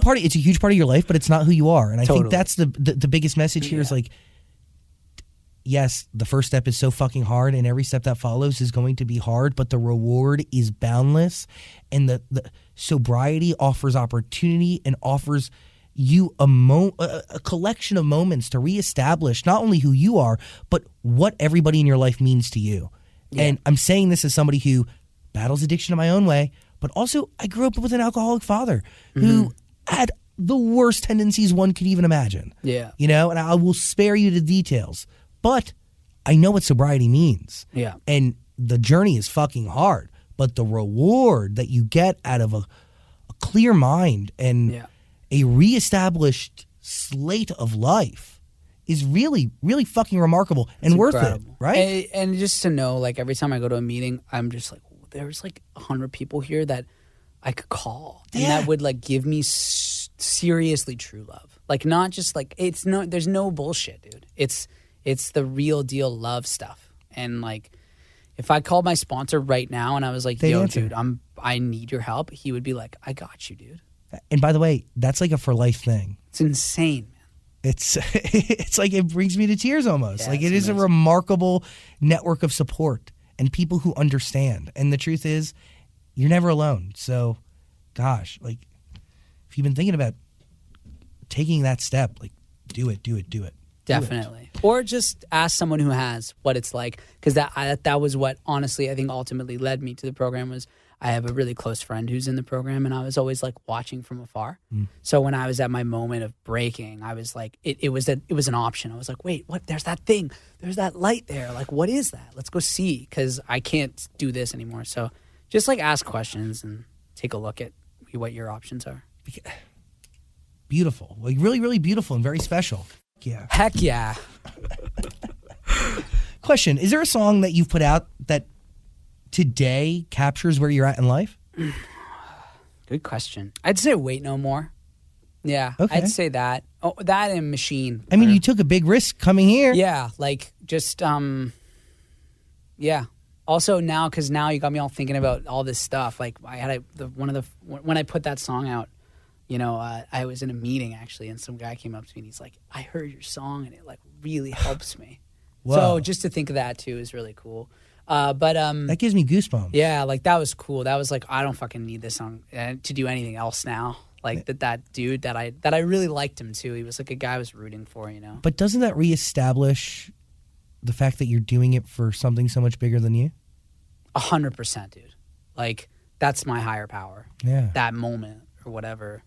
part. Of, it's a huge part of your life, but it's not who you are. And I Totally. think that's the, the the biggest message here is like, yes, the first step is so fucking hard, and every step that follows is going to be hard, but the reward is boundless, and the, the sobriety offers opportunity and offers you a, mo- a, a collection of moments to reestablish not only who you are, but what everybody in your life means to you. And I'm saying this as somebody who battles addiction in my own way, but also I grew up with an alcoholic father who had the worst tendencies one could even imagine. Yeah. You know, and I will spare you the details, but I know what sobriety means. Yeah. And the journey is fucking hard, but the reward that you get out of a, a clear mind and Yeah. a reestablished slate of life is really, really fucking remarkable and worth incredible. it, right? And, and just to know, like every time I go to a meeting, I'm just like, there's like hundred people here that I could call, and Yeah. that would like give me s- seriously true love. Like not just like it's no, there's no bullshit, dude. It's it's the real deal love stuff, and like. If I called my sponsor right now and I was like, They'd "Yo, answer. dude, I'm I need your help," he would be like, "I got you, dude." And by the way, that's like a for life thing. It's insane, man. It's it's like it brings me to tears almost. Yeah, like it it's is a amazing. remarkable network of support and people who understand. And the truth is, you're never alone. So, gosh, like if you've been thinking about taking that step, like do it, do it, do it. Do it. Definitely. Or just ask someone who has what it's like because that I, that was what honestly I think ultimately led me to the program was I have a really close friend who's in the program and I was always like watching from afar. So when I was at my moment of breaking, I was like it, it was that it was an option. I was like, "Wait, what? There's that thing. There's that light there. Like what is that? Let's go see cuz I can't do this anymore." So just like ask questions and take a look at what your options are. Beautiful. Like really, really beautiful and very special. Yeah. Heck yeah. Question: Is there a song that you've put out that today captures where you're at in life? Good question. I'd say wait no more. Yeah, Okay. I'd say that. Oh, that and machine. I mean, Or- you took a big risk coming here. yeah, like just um, yeah. Also now, because now you got me all thinking about all this stuff. Like I had a, the one of the when I put that song out, you know, uh, I was in a meeting actually, and some guy came up to me and he's like, "I heard your song, and it like really helps me." Wow. So just to think of that too is really cool. Uh, but um, That gives me goosebumps. yeah, like that was cool. That was like I don't fucking need this on uh, to do anything else now. Like that that dude that I that I really liked him too. He was like a guy I was rooting for, you know. But doesn't that reestablish the fact that you're doing it for something so much bigger than you? A hundred percent, dude. Like that's my higher power. Yeah. That moment or whatever.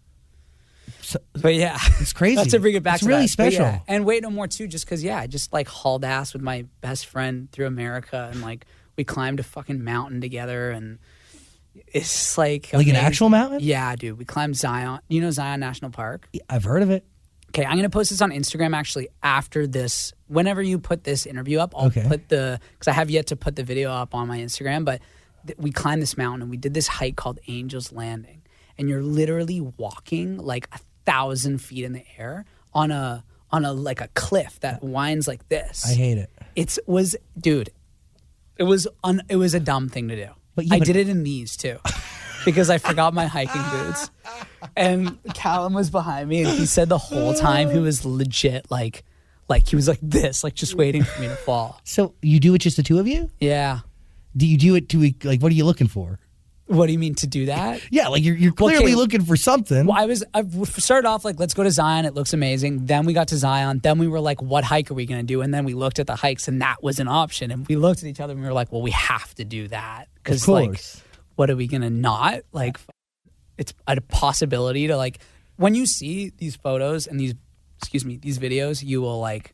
So- But yeah. It's crazy. That's to bring it back It's to really that. But special. yeah. And wait no more too, just cause yeah, I just like hauled ass with my best friend through America and like we climbed a fucking mountain together and it's just, like Like an amazing. actual mountain? Yeah, dude. We climbed Zion you know Zion National Park? I've heard of it. Okay, I'm gonna post this on Instagram actually after this. Whenever you put this interview up, I'll Okay. put the because I have yet to put the video up on my Instagram. But th- we climbed this mountain and we did this hike called Angel's Landing, and you're literally walking like a thousand feet in the air on a on a like a cliff that winds like this. I hate it. It's was dude, it was un, it was a dumb thing to do. But yeah, I but- did it in these too, because I forgot my hiking boots, and Callum was behind me, and he said the whole time he was legit like, like he was like this, like just waiting for me to fall. So you do it just the two of you? Yeah. Do you do it to like what are you looking for? What do you mean to do that? Yeah, like you're, you're clearly okay. looking for something. Well, I was I w- started off like, let's go to Zion. It looks amazing. Then we got to Zion. Then we were like, what hike are we going to do? And then we looked at the hikes, and that was an option. And we looked at each other, and we were like, well, we have to do that because like, course. what are we going to not like? f- It's a possibility to like when you see these photos and these excuse me these videos, you will like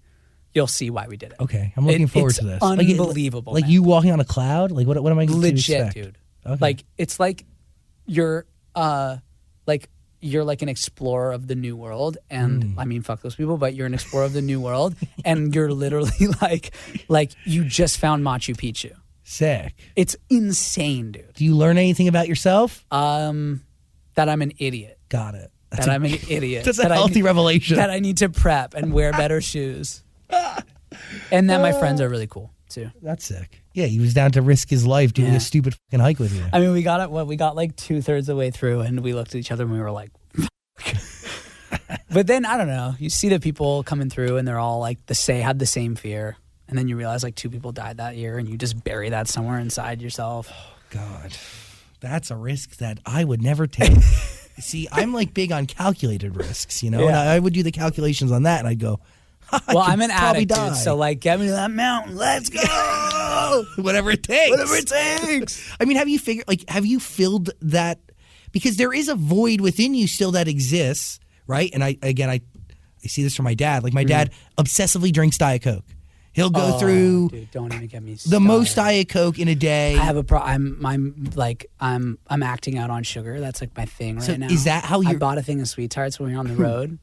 you'll see why we did it. Okay, I'm looking It- forward it's to this. Like it- Unbelievable. Like, man you walking on a cloud? Like what? What am I going to legit expect? dude Okay. like it's like you're uh, like you're like an explorer of the new world and Mm. i mean fuck those people but you're an explorer of the new world and you're literally like like you just found machu picchu Sick. it's insane dude Do you learn anything about yourself? um that i'm an idiot Got it. that i i'm an idiot That's a that I healthy need- revelation. that i need to prep and wear better shoes and that my friends are really cool too That's sick. Yeah, he was down to risk his life doing Yeah. a stupid fucking hike with you. i mean we got it what we got like two-thirds of the way through and we looked at each other and we were like but then I don't know. You see the people coming through, and they're all like the say had the same fear, and then you realize like two people died that year, and you just bury that somewhere inside yourself. God, that's a risk that I would never take. See, I'm like big on calculated risks, you know, and Yeah. I, I would do the calculations on that, and I'd go, well, I'm an probably addict, die. dude, so like get me to that mountain. Let's go. whatever it takes, Whatever it takes. I mean, have you figured like have you filled that because there is a void within you still that exists, right? And I again I I see this from my dad. Like my dad obsessively drinks Diet Coke. He'll go Mm-hmm. Oh, through dude, don't even get me started. the most Diet Coke in a day. I have a pro. I'm, I'm like, I'm, I'm acting out on sugar. That's like my thing right So now. is that how I you're- Hmm. bought a thing of sweethearts when we were on the road?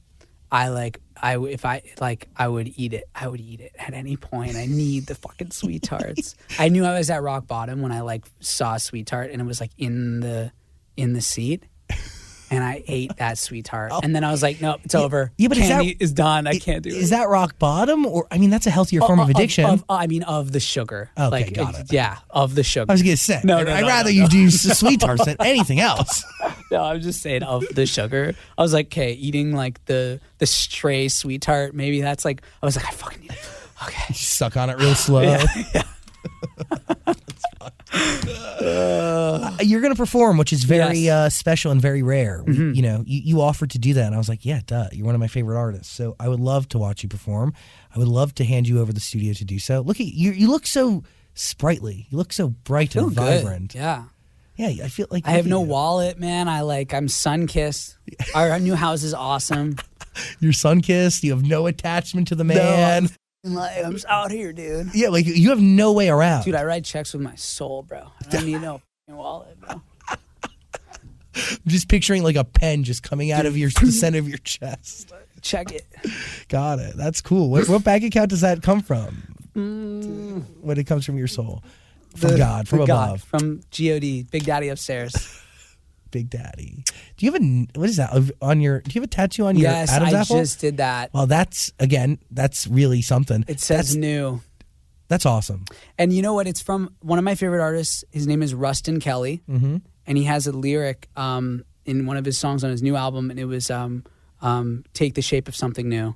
I like, I w- if I like, I would eat it. I would eat it at any point. I need the fucking sweethearts. I knew I was at rock bottom when I like saw a sweetheart and it was like in the, in the seat. And I ate that sweetheart, and then I was like, "Nope, it's over. Oh. yeah, but is that- Candy is done. I can't do it." Oh, Is that rock bottom or I mean that's a healthier form of addiction. Of, I mean, of the sugar. Okay, like, got it's- it. Yeah, of the sugar. I was gonna say No, no, I'd no, rather no, you no. do s- sweet tarts than anything else. No, I'm just saying of the sugar. I was like, okay, eating like the the stray sweet tart, maybe that's like I was like, I fucking need it. Okay. Suck on it real slow. Uh, You're going to perform, which is very Yes. Mm-hmm. uh, special and very rare. We- You know, you, you offered to do that, and I was like, "Yeah, duh. You're one of my favorite artists, so I would love to watch you perform. I would love to hand you over the studio to do so. Look at you. You look so sprightly. You look so bright Feel and good. vibrant. Yeah. Yeah. I feel like I have look at no you. wallet, man. I like I'm sun kissed. Our, our new house is awesome. You're sun kissed. You have no attachment to the man. I'm, like, I'm just out here, dude. yeah, like you have no way around. Dude, I write checks with my soul, bro. I don't need no fucking wallet, bro. just picturing like a pen just coming out of your the center of your chest. Check it. Got it. That's cool. What, what bank account does that come from? When it comes from your soul, from God, from Mm. The above, God, from God, Big Daddy upstairs. Big Daddy. Do you have a what is that of- on your? Do you have a tattoo on your yes, Adam's I apple? just did that. well, that's again, that's really something. It says new. That's awesome. And you know what? It's from one of my favorite artists. His name is Rustin Kelly, mm-hmm. and he has a lyric um, in one of his songs on his new album, and it was um, um, "Take the shape of something new,"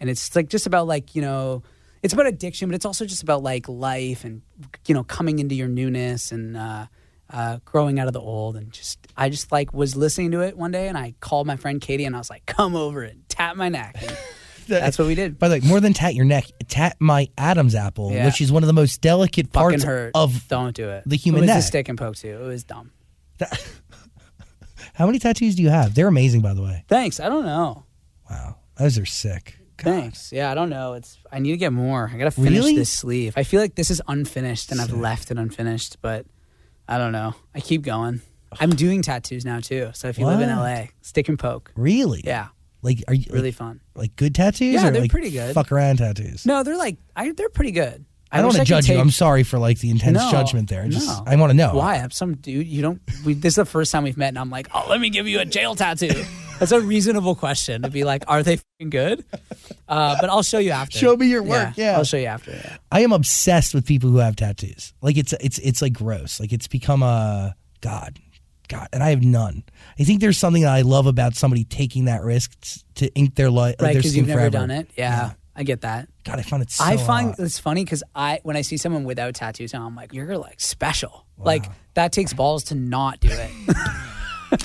and it's like just about like you know, it's about addiction, but it's also just about like life and you know coming into your newness and uh, uh, growing out of the old. And just I just like was listening to it one day, and I called my friend Katie, and I was like, "Come over and tap my neck." And that's what we did. By the way, more than tat your neck, tat my Adam's apple, Yeah. which is one of the most delicate Fucking parts hurt. of. Don't do it. the human It was a neck. stick and poke too. It was dumb. How many tattoos do you have? They're amazing, by the way. Thanks. I don't know. Wow, those are sick. God. Thanks. Yeah, I don't know. It's I need to get more. I gotta finish Really? this sleeve. I feel like this is unfinished and I've left it unfinished, but I don't know. I keep going. I'm doing tattoos now too. So if you live in What? LA, stick and poke. Really? Yeah. Like, are you Really like, fun. like good tattoos? Yeah, or they're like pretty good. Fuck around tattoos. No, they're like I, they're pretty good. I don't wish want to could judge you. take- I'm sorry for like the intense No, judgment there. I just no. I want to know Why? I'm some dude. You don't. We, this is the first time we've met, and I'm like, oh, let me give you a jail tattoo. That's a reasonable question to be like, are they fing good? Uh, but I'll show you after. Show me your work, yeah. I'll show you after. Yeah. I am obsessed with people who have tattoos. Like it's it's it's like gross. Like it's become a god, god, and I have none. I think there's something that I love about somebody taking that risk t- to ink their life. right because because you've never done it yeah, i get that God, I find it. So uh, i find hot. it's funny because i when i see someone without tattoos now i'm like you're like special like that takes balls to not do it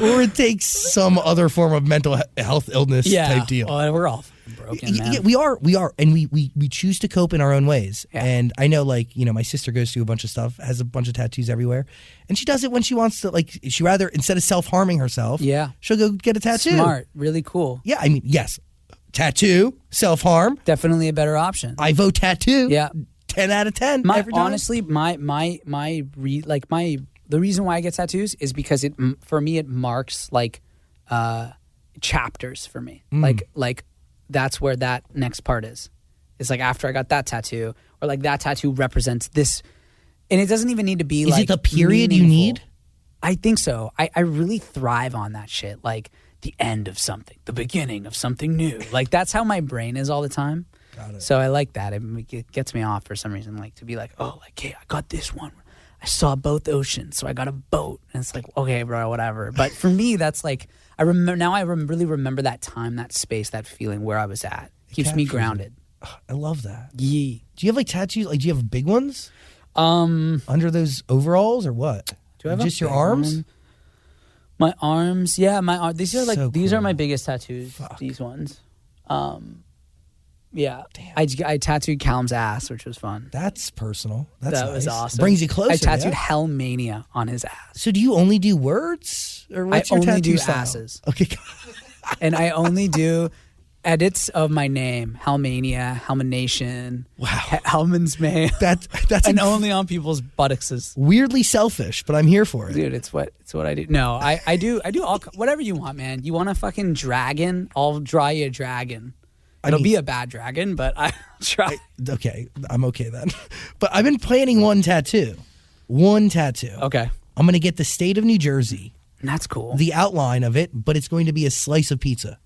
or it takes some other form of mental he- health illness yeah type deal. well, we're all fucking broken Y- man. Yeah, we are, we are, and we, we we choose to cope in our own ways. Yeah. And I know, like you know, my sister goes through a bunch of stuff, has a bunch of tattoos everywhere, and she does it when she wants to. Like she rather instead of self harming herself, Yeah. she'll go get a tattoo. smart really cool Yeah, I mean, yes, tattoo, self harm. definitely a better option I vote tattoo. Yeah. ten out of ten. my every time. honestly my my my re like my the reason why I get tattoos is because it m- for me it marks like uh, chapters for me. Mm. Like like that's where that next part is. It's like after I got that tattoo, or like that tattoo represents this, and it doesn't even need to be Is it like the period you meaningful. need? I think so. I, I really thrive on that shit. Like the end of something, the beginning of something new. Like that's how my brain is all the time. Got it. So I like that. It, m- it gets me off for some reason. Like to be like, oh, like hey, I got this one. I saw both oceans, so I got a boat. And it's like, okay, bro, whatever. But for me, that's like I remember now. I rem- really remember that time, that space, that feeling where I was at. Keeps captures me it. grounded. I love that. Yee. Do you have like tattoos? Like, do you have big ones Um. under those overalls or what? Do I have a just your big arms? one? My arms, yeah, my arms. These are like So these are cool. my biggest tattoos. These ones, um, yeah. I, I tattooed Calum's ass, which was fun. That's personal. That's that was nice. awesome. Brings you closer. I tattooed yeah? Hellmania on his ass, So do you only do words, or what's your only tattoo do style? asses. Okay, and I only do edits of my name, Hellmania, Hellmanation, Wow. He- Hellman's Man, that that's and inc- only on people's buttocks. weirdly selfish, but I'm here for it. dude it's what it's what i do no i i do i do all whatever you want man you want a fucking dragon i'll draw you a dragon I it'll mean- be a bad dragon but i'll try Okay, I'm okay then. But I've been planning one tattoo. One tattoo. okay I'm gonna get the state of New Jersey, And that's cool the outline of it, but it's going to be a slice of pizza.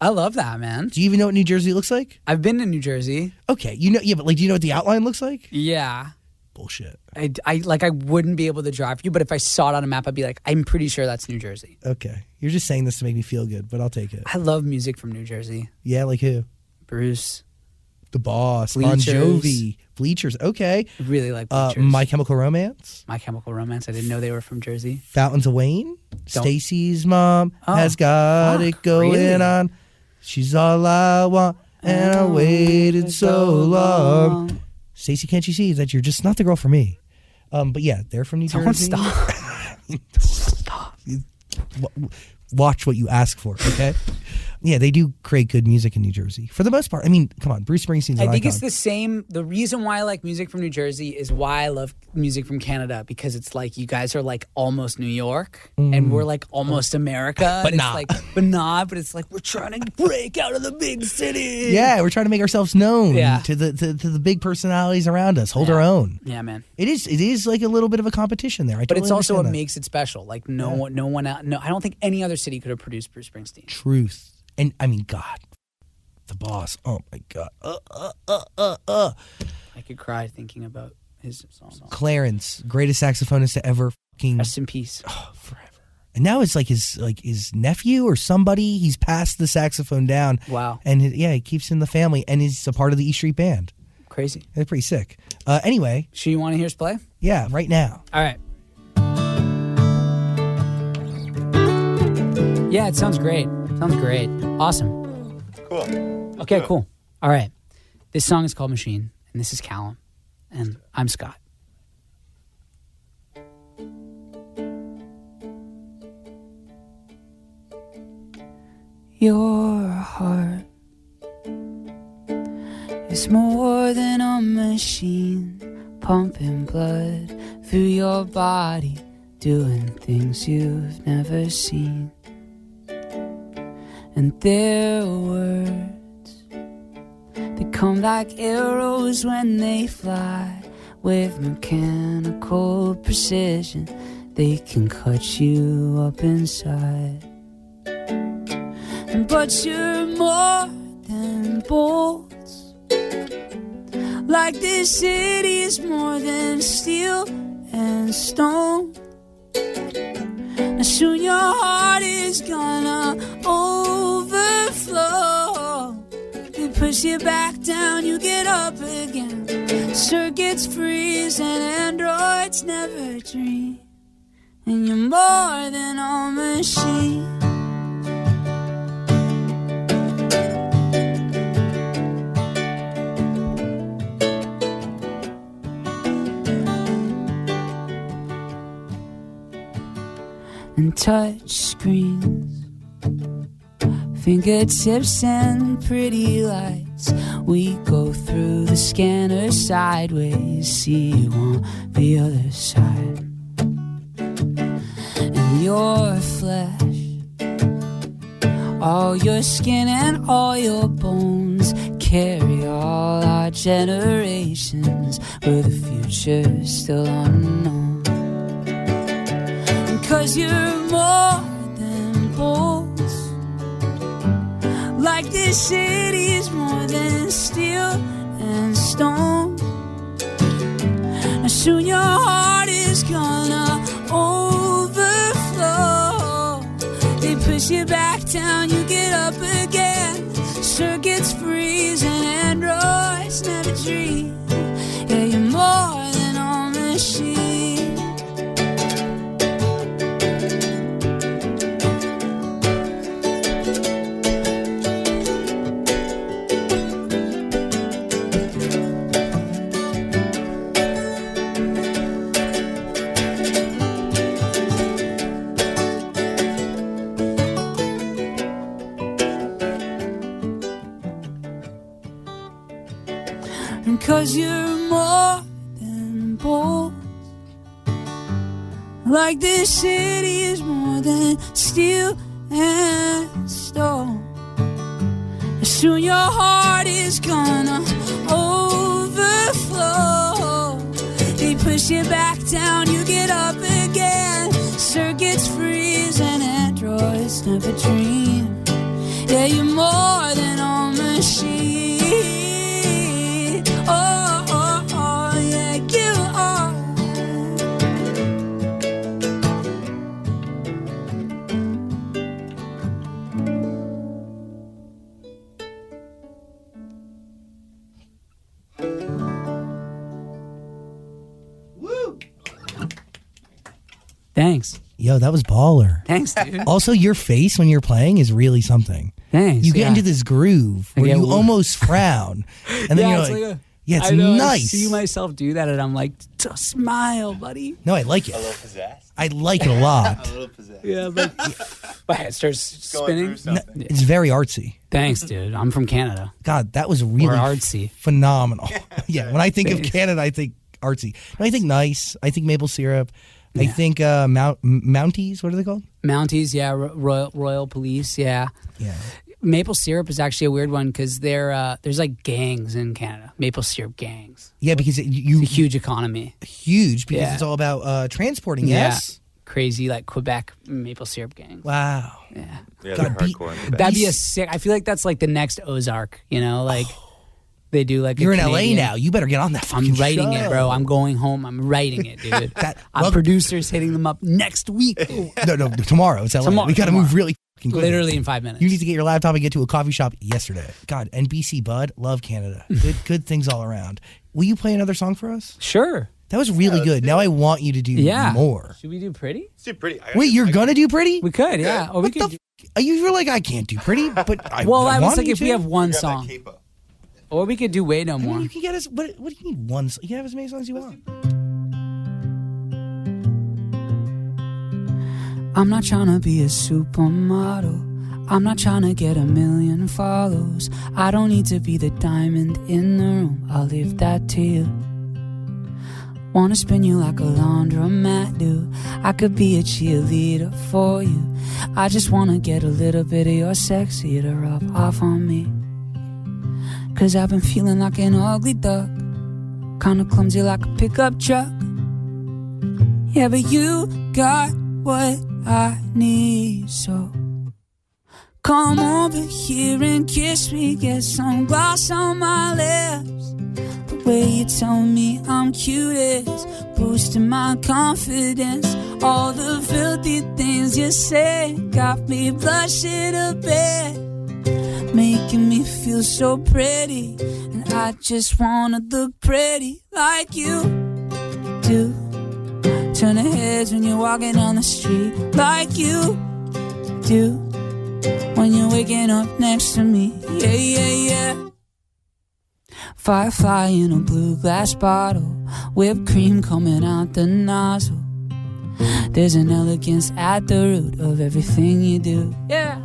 i love that man Do you even know what New Jersey looks like? i've been to new jersey Okay, you know, yeah, but like, do you know what the outline looks like? yeah Bullshit. I, I like i wouldn't be able to drive you but if i saw it on a map i'd be like i'm pretty sure that's new jersey Okay, you're just saying this to make me feel good, but I'll take it. i love music from new jersey Yeah, like who? bruce The Boss, Bon Bleachers. Jovi, Bleachers. Okay, really like uh, Bleachers. My Chemical Romance. my chemical romance i didn't know they were from jersey Fountains of Wayne. Stacy's mom Oh, has got fuck, it going really? on. She's all I want, and Oh, I waited so long. Stacy, can't you see that you're just not the girl for me? Um, but yeah, they're from New don't Jersey. stop W- Watch what you ask for, okay? yeah, they do create good music in New Jersey for the most part. I mean, come on, Bruce Springsteen's an I think icon. it's the same. The reason why I like music from New Jersey is why I love music from Canada because it's like you guys are like almost New York and we're like almost America. Mm. But and it's not. Like, but not. But it's like we're trying to break out of the big city. yeah, we're trying to make ourselves known Yeah. to the to, to the big personalities around us. Hold our own. Yeah, man. It is it is like a little bit of a competition there. I But totally it's also what understand that. makes it special. Like no Yeah. one, no one, out, no. I don't think any other city could have produced Bruce Springsteen. truth. And I mean, God, the boss. Oh my God. Uh, uh, uh, uh, uh. I could cry thinking about his song. Clarence, greatest saxophonist to ever fucking Rest in peace. oh, forever. And now it's like his like his nephew or somebody. He's passed the saxophone down. Wow, And his, yeah, he keeps it in the family, and he's a part of the E Street Band. crazy. They're pretty sick. Uh, anyway, So you want to hear us play? yeah, right now. All right. Yeah, it sounds great. Sounds great. Awesome. Cool. Okay, cool. All right. This song is called Machine, and this is Callum, and I'm Scott. Your heart is more than a machine pumping blood through your body, doing things you've never seen. And there are words that come like arrows when they fly with mechanical precision. They can cut you up inside. But you're more than bolts. Like this city is more than steel and stone. Now soon your heart is gonna overflow. They push you back down, you get up again. Circuits freeze and androids never dream. And you're more than a machine. and touch screens. Fingertips and pretty lights. We go through the scanner sideways, see you on the other side. your flesh, all your skin and all your bones. Carry all our generations with a future still unknown. Cause you're more than bolts. Like this city is more than steel and stone. Now soon your heart is gonna overflow. They push you back down, you get up again. Circuits freezing, androids never dream. Yeah, you're more than a machine. Cause you're more than bold. Like this city is more than steel and stone. Soon your heart is gonna overflow. They push you back down, you get up again. Circuits freeze and androids never dream. Yeah, you're more than a machine. Oh, oh, oh, yeah, you are. Thanks. Yo, that was baller. Thanks, dude. Also, your face when you're playing is really something. Thanks. You get yeah. into this groove where I get you wo- almost frown, and then yeah, you're it's like, like a- "Yeah, it's I know, I nice." see myself do that, and I'm like, "Just smile, buddy. no, I like A it. little possessed. I like it a A lot. little possessed. Yeah, like, my head starts Going spinning. through something. It's very artsy. Thanks, dude. I'm from Canada. God, that was really Or artsy. phenomenal. yeah, when I think of Canada, I think artsy. No, I think nice. I think maple syrup. I think uh, mount, M- Mounties. What are they called? Mounties, yeah. Ro- Royal, Royal Police, yeah. Yeah, Maple syrup is actually a weird one because there, uh, there's like gangs in Canada. Maple syrup gangs. yeah, because it, you It's a huge economy. huge because Yeah. it's all about uh, transporting. Yeah. Yes. Crazy like Quebec maple syrup gangs. Wow. Yeah, Gotta they're beat- hardcore. in the back. That'd be a sick. I feel like that's like the next Ozark. You know, like they do like a Oh. You're in Canadian- LA now. You better get on that. I'm fucking writing show. it, bro. I'm going home. I'm writing it, dude. That- Our well- producer's hitting them up next week. No, no, tomorrow. It's LA. Tomorrow, we got to tomorrow. move really fucking quick. Literally in five minutes. You need to get your laptop and get to a coffee shop yesterday. God, NBC Bud, love Canada. Good, good things all around. Will you play another song for us? sure. That was really good. Now I want you to do Yeah. more. Should we do pretty? It's too pretty. I- Wait, you're gonna do pretty? We could, yeah. Or we what the? could. F- are you you're like I can't do pretty, but I well, I I was want like, you if we to. have one I got that song, capo. or we could do way no I mean, more. you can get us. What, what do you need? One. s- You can have as many songs as you want. I'm not trying to be a supermodel. I'm not trying to get a million follows. I don't need to be the diamond in the room. I'll leave that to you. Wanna spin you like a laundromat, do? I could be a cheerleader for you. I just wanna get a little bit of your sexy to rub off on me. Cause I've been feeling like an ugly duck. Kinda clumsy like a pickup truck. Yeah, but you got what I need, so come over here and kiss me. Get some gloss on my lips. The way you tell me I'm cute is boosting my confidence. All the filthy things you say got me blushing a bit, making me feel so pretty. And I just wanna look pretty like you do. Turning heads when you're walking down the street, like you do when you're waking up next to me. Yeah, yeah, yeah. Firefly in a blue glass bottle, whipped cream coming out the nozzle. There's an elegance at the root of everything you do. Yeah.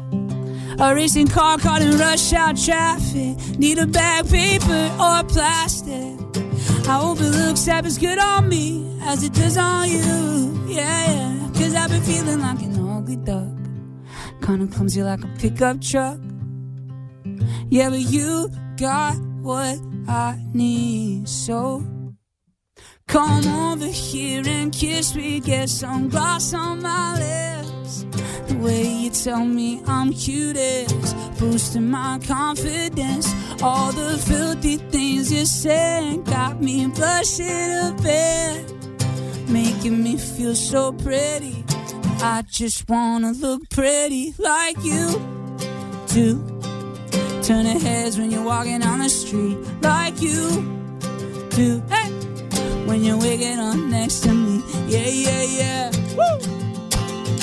A racing car caught in rush hour traffic. Need a bag, paper, or plastic. I hope it looks half as good on me as it does on you. Yeah, yeah. Cause I've been feeling like an ugly duck. Kinda clumsy like a pickup truck. Yeah, but you got what I need, so come over here and kiss me. Get some gloss on my lips. The way you tell me I'm cute is boosting my confidence. All the filthy things you said got me blushing a bit making me feel so pretty. I just wanna look pretty like you do. Turn the heads when you're walking on the street like you do. Hey, when you're waking up next to me, yeah, yeah, yeah. Woo!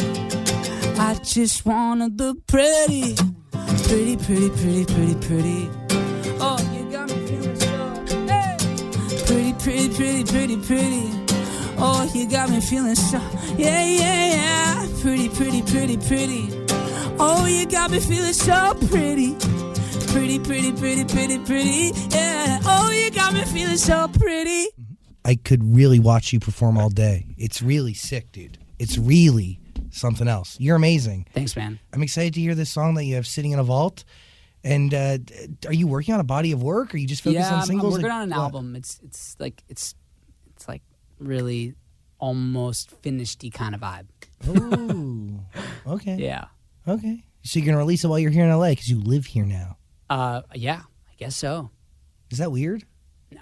I just wanna look pretty, pretty, pretty, pretty, pretty, pretty. Oh, you got me feeling so. Hey, pretty, pretty, pretty, pretty, pretty. Oh, you got me feeling so. Yeah, yeah, yeah. Pretty, pretty, pretty, pretty. Oh, you got me feeling so pretty. Pretty, pretty, pretty, pretty, pretty. Yeah. Oh, you got me feeling so pretty. I could really watch you perform all day. It's really sick, dude. It's really something else. You're amazing. Thanks, man. I'm excited to hear this song that you have sitting in a vault. And uh, d- are you working on a body of work? Or are you just focused yeah, on I'm- singles? I'm working Like, on an what? album. It's it's like it's it's like really almost finished kind of vibe. Ooh. Okay. Yeah. Okay. So you're gonna release it while you're here in LA because you live here now. Uh, yeah. I guess so. Is that weird Nah.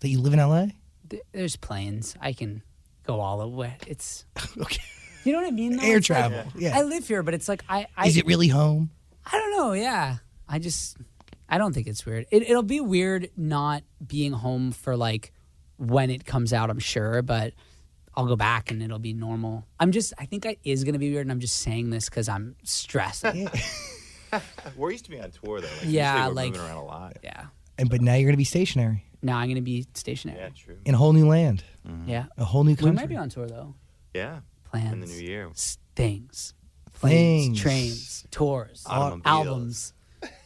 that you live in LA? Th- there's planes. I can go all over. It's Okay. you know what I mean. though? Air It's like- travel. Yeah. I live here, but it's like I. I Is it really home? I don't know. Yeah, I just I don't think it's weird. It, it'll be weird not being home for like when it comes out. I'm sure, but I'll go back and it'll be normal. I'm just I think it is gonna be weird, and I'm just saying this because I'm stressed. Yeah. We're used to be on tour though. Like, Yeah, usually we're like- moving around a lot. And but now you're gonna be stationary Now I'm gonna be Yeah, stationary. true. in a whole new land, Yeah. a whole new We country. might be on tour though. Yeah, Plans. in the new year. S- Things. Planes, Things. trains, tours, Automobiles. albums.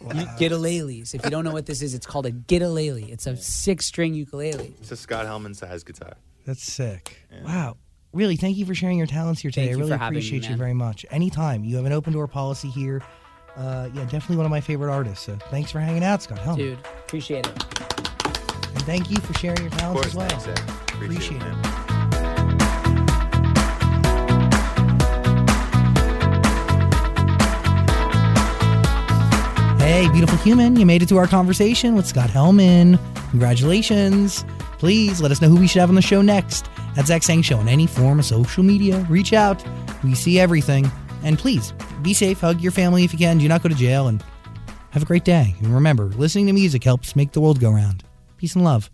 You, Gitaleles. If you don't know what this is, it's called a gitalele. It's a six-string ukulele. It's a Scott Hellman sized guitar. That's sick. Wow. Really, thank you for sharing your talents here today. Thank I you really for having me, appreciate you man. very much. Anytime. You have an open door policy here. Uh, yeah, definitely one of my favorite artists. So thanks for hanging out, Scott Helm. Dude, appreciate it. And thank you for sharing your Of talents course, as well. thanks, Zach. Appreciate Appreciate, it. it. man. Hey, beautiful human, you made it to our conversation with Scott Hellman. Congratulations. Please let us know who we should have on the show next at Zach Sang Show on any form of social media. Reach out. We see everything. And please be safe, hug your family if you can. Do not go to jail and have a great day. And remember, listening to music helps make the world go round. Peace and love.